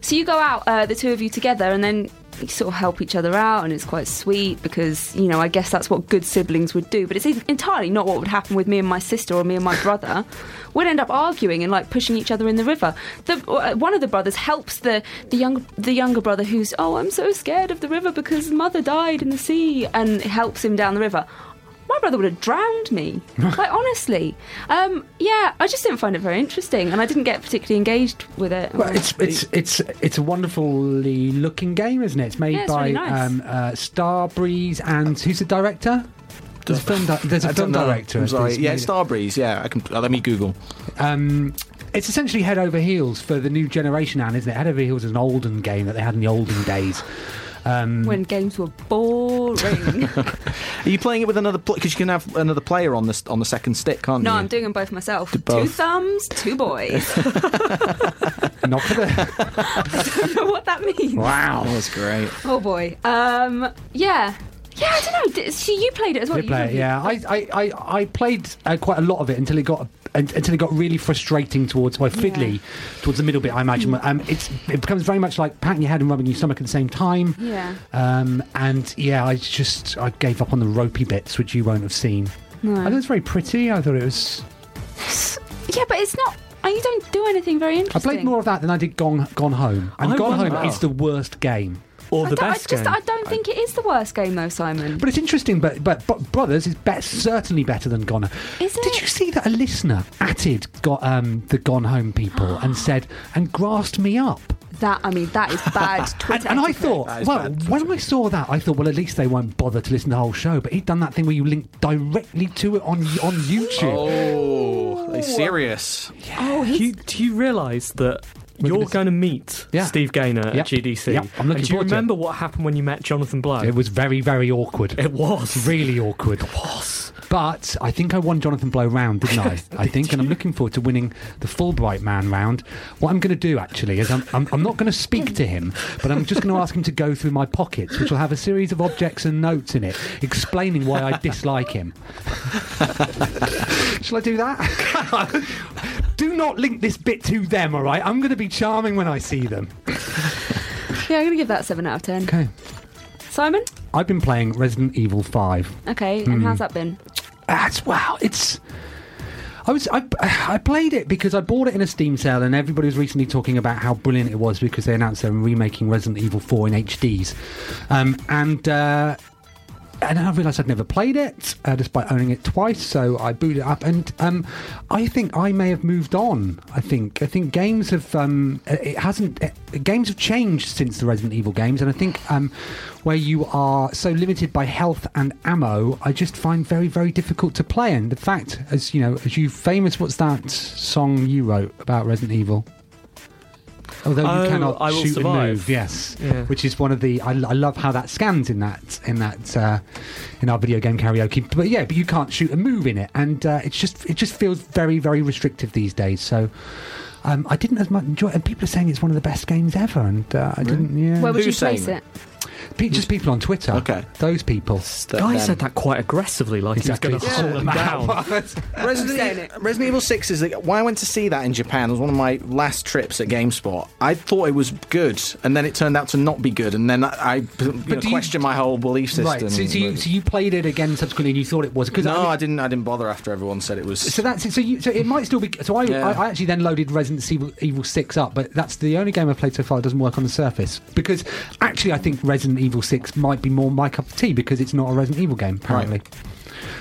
Speaker 3: So you go out, uh, the two of you together, and then you sort of help each other out, and it's quite sweet because, you know, I guess that's what good siblings would do. But it's entirely not what would happen with me and my sister or me and my brother. We'd end up arguing and like pushing each other in the river. The, uh, one of the brothers helps the the young the younger brother who's oh I'm so scared of the river because mother died in the sea, and helps him down the river. My brother would have drowned me. like honestly, um, yeah, I just didn't find it very interesting, and I didn't get particularly engaged with it.
Speaker 2: Well, it's it's it's it's a wonderfully looking game, isn't it? It's made
Speaker 3: Yeah, it's
Speaker 2: by
Speaker 3: really nice.
Speaker 2: um, uh, Starbreeze and who's the director? There's a film. Di- there's
Speaker 4: I
Speaker 2: a
Speaker 4: don't
Speaker 2: film
Speaker 4: know.
Speaker 2: director.
Speaker 4: I'm sorry.
Speaker 2: who's
Speaker 4: Yeah,
Speaker 2: made
Speaker 4: it's
Speaker 2: it.
Speaker 4: Starbreeze. Yeah, I can. uh, let me Google.
Speaker 2: Um, it's essentially head over heels for the new generation, Anne, isn't it? Head over heels is an olden game that they had in the olden days. Um,
Speaker 3: when games were boring.
Speaker 4: Are you playing it with another? Because you can have another player on this on the second stick, can't
Speaker 3: no,
Speaker 4: you?
Speaker 3: I'm doing them both myself. Two
Speaker 4: both.
Speaker 3: thumbs, two boys.
Speaker 2: not for the
Speaker 3: I don't know what that means.
Speaker 2: wow.
Speaker 4: That's great.
Speaker 3: Oh boy. Um, yeah. Yeah, I don't know. Did- So you played it as well.
Speaker 2: Did
Speaker 3: You
Speaker 2: play it,
Speaker 3: lovely-
Speaker 2: yeah. I, I, I, I played uh, quite a lot of it until it got un- until it got really frustrating towards well fiddly towards the middle bit. I imagine
Speaker 3: Mm.
Speaker 2: um, it's it becomes very much like patting your head and rubbing your stomach at the same time.
Speaker 3: Yeah.
Speaker 2: Um, and yeah, I just I gave up on the ropey bits, which you won't have seen.
Speaker 3: No.
Speaker 2: I thought it was very pretty. I thought it was.
Speaker 3: Yeah, but it's not. uh, You don't do anything very
Speaker 2: I
Speaker 3: interesting. Oh,
Speaker 2: played more of that than I did Gone Gone Home. And
Speaker 1: I
Speaker 2: Gone
Speaker 1: wonder-
Speaker 2: Home is the worst game,
Speaker 1: or
Speaker 3: I don't- I just, I don't think it is the worst game though, Simon.
Speaker 2: But it's interesting. But but, but Brothers is be- certainly better than Gone. Home.
Speaker 3: Is
Speaker 2: Did you see that a listener atted got um, the Gone Home people and said and grassed me up?
Speaker 3: That I mean, that is bad
Speaker 2: And,
Speaker 3: Twitter.
Speaker 2: and I
Speaker 3: etiquette.
Speaker 2: thought, well, when I saw that, I thought, well, at least they won't bother to listen to the whole show. But he'd done that thing where you link directly to it on on YouTube.
Speaker 4: Oh, he's serious.
Speaker 1: Oh, do you, do you realise that you're going to meet Steve Gaynor
Speaker 2: Yep.
Speaker 1: at GDC?
Speaker 2: Yep, I'm
Speaker 1: and
Speaker 2: looking
Speaker 1: do you
Speaker 2: forward to it.
Speaker 1: remember what happened when you met Jonathan Blow?
Speaker 2: It was very, very awkward.
Speaker 1: It was.
Speaker 2: Really awkward. It was. But I think I won Jonathan Blow round, didn't I? I think, and I'm looking forward to winning the Fulbright man round. What I'm going to do, actually, is I'm, I'm, I'm not going to speak to him, but I'm just going to ask him to go through my pockets, which will have a series of objects and notes in it explaining why I dislike him. Shall I do that? do not link this bit to them, all right? I'm going to be charming when I see them.
Speaker 3: Yeah, I'm gonna give that seven out of ten.
Speaker 2: Okay.
Speaker 3: Simon.
Speaker 2: I've been playing Resident Evil 5.
Speaker 3: Okay,
Speaker 2: Hmm.
Speaker 3: and how's that been?
Speaker 2: That's wow. It's. I was I, I played it because I bought it in a Steam sale and everybody was recently talking about how brilliant it was because they announced they're remaking Resident Evil 4 in HDs, um, and uh, and then I realised I'd never played it uh, despite owning it twice. So I booted it up and um, I think I may have moved on. I think I think games have um, it hasn't uh games have changed since the Resident Evil games, and I think um, where you are so limited by health and ammo, I just find very very difficult to play. And the fact, as you know, as you famous, what's that song you wrote about Resident Evil? Although you
Speaker 1: Oh,
Speaker 2: cannot
Speaker 1: I Will
Speaker 2: shoot
Speaker 1: Survive.
Speaker 2: and move, yes,
Speaker 1: Yeah.
Speaker 2: which is one of the I, I love how that scans in that in that uh, in our video game karaoke. But yeah, but you can't shoot and move in it, and uh, it's just it just feels very very restrictive these days. So. Um, I didn't as much enjoy it, and people are saying it's one of the best games ever, and uh, I didn't. Yeah.
Speaker 3: Where would you place it?
Speaker 2: Pe- just people on Twitter. Okay, those people.
Speaker 1: Guy said that quite aggressively, like
Speaker 2: Exactly.
Speaker 1: he's going to
Speaker 2: Yeah.
Speaker 1: hold him down.
Speaker 4: Resident, E- Resident Evil 6 is the, when I went to see that in Japan, it was one of my last trips at GameSpot. I thought it was good, and then it turned out to not be good, and then I, I you know,
Speaker 2: do you-
Speaker 4: questioned my whole belief system.
Speaker 2: Right. So, so you so you played it again subsequently, and you thought it was because
Speaker 4: no, I, didn't. I didn't bother after everyone said it was.
Speaker 2: So that's it. So, you, so it might still be. So I,
Speaker 4: Yeah.
Speaker 2: I, I actually then loaded Resident Evil, Evil Six up, but that's the only game I've played so far that doesn't work on the Surface because actually I think Resident Evil Six might be more my cup of tea because it's not a Resident Evil game apparently.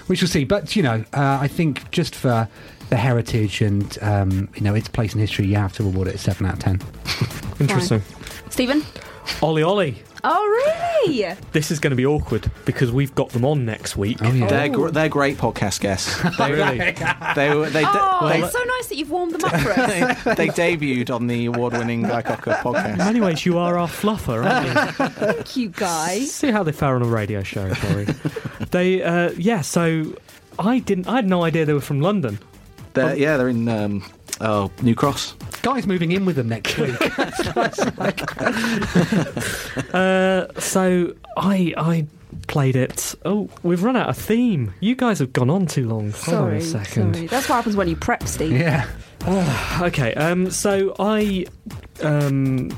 Speaker 2: We shall see. But you know, uh, I think just for the heritage and um, you know its place in history, you have to award it a seven out of ten.
Speaker 1: Interesting.
Speaker 3: Stephen.
Speaker 1: Ollie Ollie,
Speaker 3: Oh really?
Speaker 1: this is going to be awkward because we've got them on next week. Oh,
Speaker 4: yeah. They're gr- they're great podcast guests. They
Speaker 1: Really?
Speaker 4: they were- they, de-
Speaker 3: oh,
Speaker 4: they,
Speaker 3: it's so nice that you've warmed them up for us.
Speaker 4: they debuted on the award-winning Guy Cocker
Speaker 1: In
Speaker 4: podcast.
Speaker 1: many ways, you are our fluffer, aren't you?
Speaker 3: Thank you, guy.
Speaker 1: See how they fare on a radio show, sorry. they, uh, yeah, so I didn't, I had no idea they were from London.
Speaker 4: They're, yeah, they're in um, oh New Cross.
Speaker 2: Guys moving in with them next week.
Speaker 1: Uh, so I, I played it. Oh, we've run out of theme. You guys have gone on too long. Hold on
Speaker 3: Sorry,
Speaker 1: a second.
Speaker 3: sorry. That's what happens when you prep, Steve.
Speaker 1: Ah, okay. Um, so I um,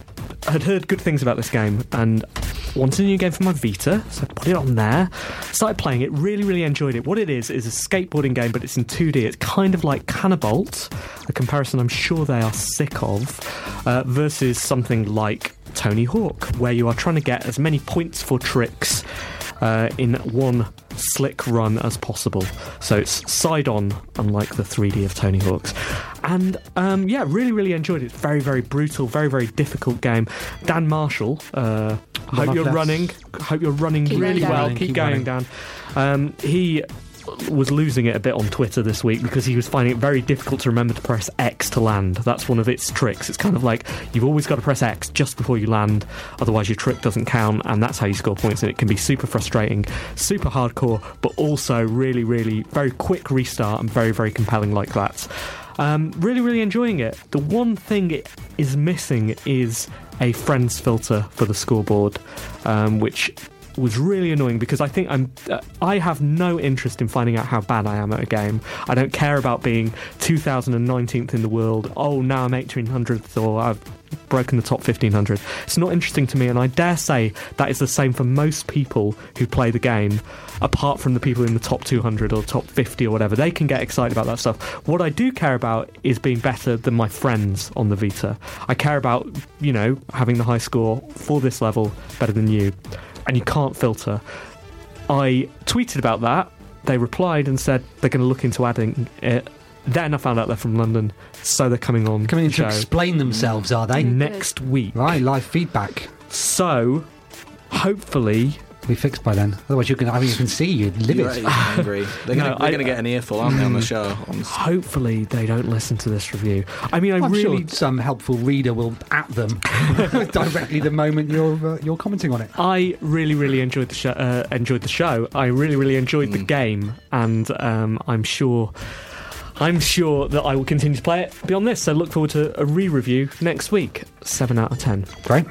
Speaker 1: had heard good things about this game and wanted a new game for my Vita, so I put it on there. Started playing it. Really, really enjoyed it. What it is is a skateboarding game, but it's in 2D. It's kind of like Cannibalt, a comparison I'm sure they are sick of, uh, versus something like Tony Hawk, where you are trying to get as many points for tricks uh, in one slick run as possible. So it's side on, unlike the 3D of Tony Hawk's. And um, yeah, really, really enjoyed it. It's very, very brutal, very, very difficult game. Dan Marshall, uh, hope
Speaker 2: Love
Speaker 1: you're
Speaker 2: that.
Speaker 1: running. Hope you're running
Speaker 2: Keep
Speaker 1: really
Speaker 2: going, Dan.
Speaker 1: well.
Speaker 2: Keep
Speaker 1: Keep,
Speaker 2: running.
Speaker 1: going, Dan. Um, he was losing it a bit on Twitter this week because he was finding it very difficult to remember to press X to land. That's one of its tricks. It's kind of like you've always got to press X just before you land, otherwise your trick doesn't count, and that's how you score points. And it can be super frustrating, super hardcore, but also really, really very quick restart and very, very compelling like that. Um, really, really enjoying it. The one thing it is missing is a friends filter for the scoreboard, um, which was really annoying because I think I'm uh, I have no interest in finding out how bad I am at a game. I don't care about being 2019th in the world. Oh, now I'm 1800th or I've broken the top 1500. It's not interesting to me and I dare say that is the same for most people who play the game apart from the people in the top 200 or top 50 or whatever. They can get excited about that stuff. What I do care about is being better than my friends on the Vita. I care about, you know, having the high score for this level better than you. And you can't filter. I tweeted about that. They replied and said they're going to look into adding it. Then I found out they're from London, so they're coming on.
Speaker 2: Coming in
Speaker 1: the show Mm.
Speaker 2: to explain themselves, are they?
Speaker 1: next week.
Speaker 2: Right, live feedback.
Speaker 1: So, hopefully,
Speaker 2: we fixed by then. Otherwise, you can. I mean, you can see you live
Speaker 4: You're
Speaker 2: it.
Speaker 4: angry. They're
Speaker 1: No,
Speaker 4: going
Speaker 1: I-
Speaker 4: to get an earful, aren't they, on the
Speaker 1: Mm.
Speaker 4: show? On-
Speaker 1: Hopefully, they don't listen to this review. I mean, I
Speaker 2: I'm
Speaker 1: really
Speaker 2: sure some helpful reader will at them directly the moment you're uh, you're commenting on it.
Speaker 1: I really, really enjoyed the show. Uh, enjoyed the show. I really, really enjoyed the game, and um, I'm sure, I'm sure that I will continue to play it beyond this. So look forward to a re-review next week. Seven out of ten.
Speaker 2: Great.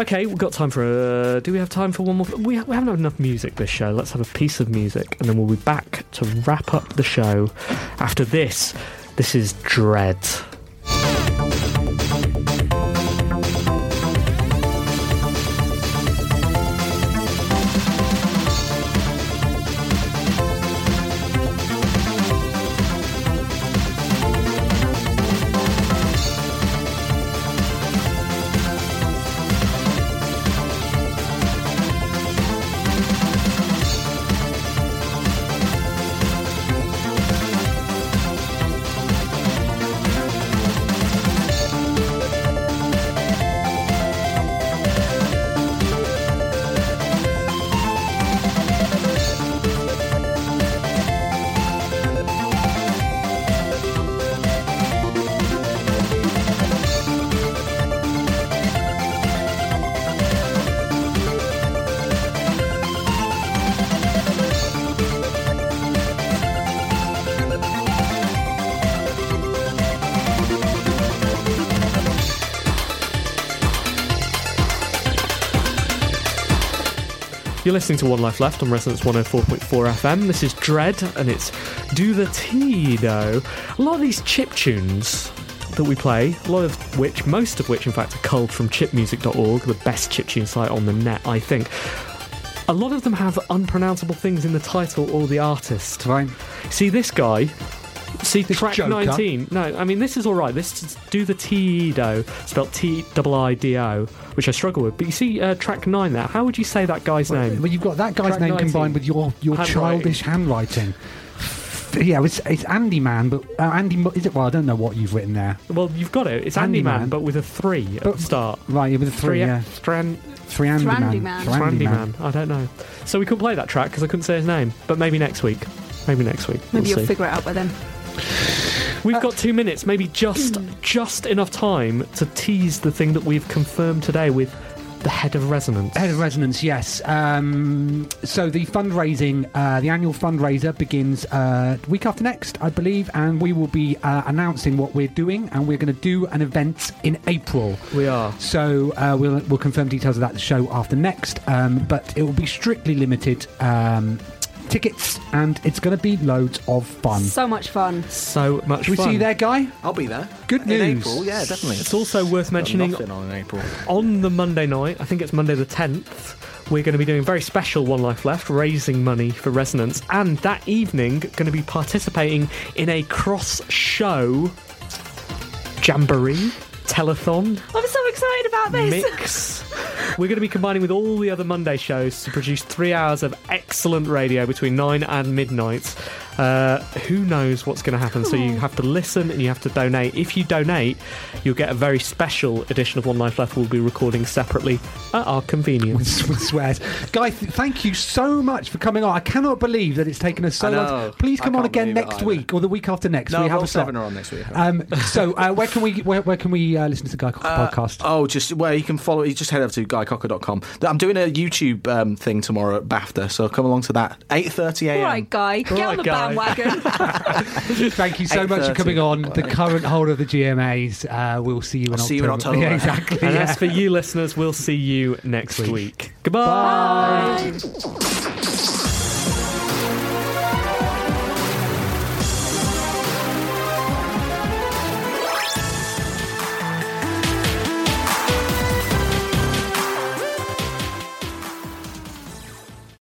Speaker 1: Okay, we've got time for. Uh, do we have time for one more? We, we haven't had enough music this show. Let's have a piece of music, and then we'll be back to wrap up the show. After this, this is Dread. You're listening to One oh Life Left on Resonance 104.4 FM. This is Dread, and it's Do the Tido. A lot of these chip tunes that we play, a lot of which, most of which, in fact, are culled from chipmusic.org, the best chip tune site on the net, I think. A lot of them have unpronounceable things in the title or the artist.
Speaker 2: Right.
Speaker 1: See this guy. See track
Speaker 2: joker.
Speaker 1: 19. No, I mean this is all right. This is do the Tido, spelled T double I D O, which I struggle with. But you see uh, track nine there. How would you say that guy's name?
Speaker 2: Well, you've got that guy's
Speaker 1: Track
Speaker 2: name
Speaker 1: 19.
Speaker 2: combined with your your
Speaker 1: Handwriting.
Speaker 2: childish handwriting. F- Yeah, it's, it's Andy Man, but uh, Andy Mo- is it? Well, I don't know what you've written there.
Speaker 1: Well, you've got it. It's Andy,
Speaker 2: Andy
Speaker 1: Man,
Speaker 2: Man.
Speaker 1: but with a three at
Speaker 2: But-
Speaker 1: the start.
Speaker 2: Right, yeah, with a three, yeah.
Speaker 1: Strand.
Speaker 2: Three Andy
Speaker 1: Thrandy
Speaker 2: Man.
Speaker 1: Man.
Speaker 2: Thrandy
Speaker 1: Thrandy Man. I don't know. So we couldn't play that track because I couldn't say his name. But maybe next week. Maybe next week.
Speaker 3: Maybe
Speaker 1: we'll
Speaker 3: you'll
Speaker 1: see.
Speaker 3: figure it out by then.
Speaker 1: We've got two minutes, maybe just
Speaker 2: Hmm.
Speaker 1: just enough time to tease the thing that we've confirmed today with the head of resonance.
Speaker 2: Head of Resonance, yes. Um, so the fundraising, uh, the annual fundraiser begins uh, week after next, I believe, and we will be uh, announcing what we're doing, and we're going to do an event in April.
Speaker 1: We are.
Speaker 2: So uh, we'll, we'll confirm details of that the show after next, um, but it will be strictly limited um, tickets, and it's going to be loads of fun.
Speaker 3: So much fun.
Speaker 1: So much
Speaker 2: Shall we
Speaker 1: fun.
Speaker 2: see you there, guy?
Speaker 4: I'll be there.
Speaker 2: Good news.
Speaker 4: In April, yeah, definitely.
Speaker 1: It's also worth
Speaker 4: got
Speaker 1: mentioning-
Speaker 4: nothing on in April.
Speaker 1: on the Monday night, I think it's Monday the 10th, we're going to be doing a very special One Life Left, raising money for Resonance. And that evening, going to be participating in a cross show jamboree, telethon,
Speaker 3: I'm so excited about this.
Speaker 1: mix. We're going to be combining with all the other Monday shows to produce three hours of excellent radio between nine and midnight. Uh, who knows what's going to happen? So you have to listen and you have to donate. If you donate, you'll get a very special edition of One Life Left. We'll be recording separately at our convenience.
Speaker 2: with swears. Guy, th- thank you so much for coming on. I cannot believe that it's taken us so
Speaker 4: I know.
Speaker 2: long. Please
Speaker 4: I
Speaker 2: come on
Speaker 4: can't
Speaker 2: again
Speaker 4: believe it
Speaker 2: next
Speaker 4: either.
Speaker 2: week or the week after next.
Speaker 4: No,
Speaker 2: we have
Speaker 4: Roll
Speaker 2: a slot.
Speaker 4: Seven are on next week.
Speaker 2: Um, so, uh, where can we where, where can we uh, listen to Guy Cox podcast?
Speaker 4: Oh, just where you can follow. You just head over to to guycocker.com. I'm doing a YouTube um, thing tomorrow at BAFTA, so come along to that. 8.30 a.m.
Speaker 3: All right, Guy, get
Speaker 4: All
Speaker 3: on
Speaker 4: right,
Speaker 3: the
Speaker 4: Guy.
Speaker 3: bandwagon.
Speaker 2: Thank you so much for
Speaker 4: 8:30.
Speaker 2: coming on. The current holder of the GMAs. Uh, we'll see you in October.
Speaker 4: see you in October.
Speaker 2: Yeah, exactly.
Speaker 1: And
Speaker 2: yeah.
Speaker 1: as for you listeners, we'll see you next week. Goodbye.
Speaker 7: Bye.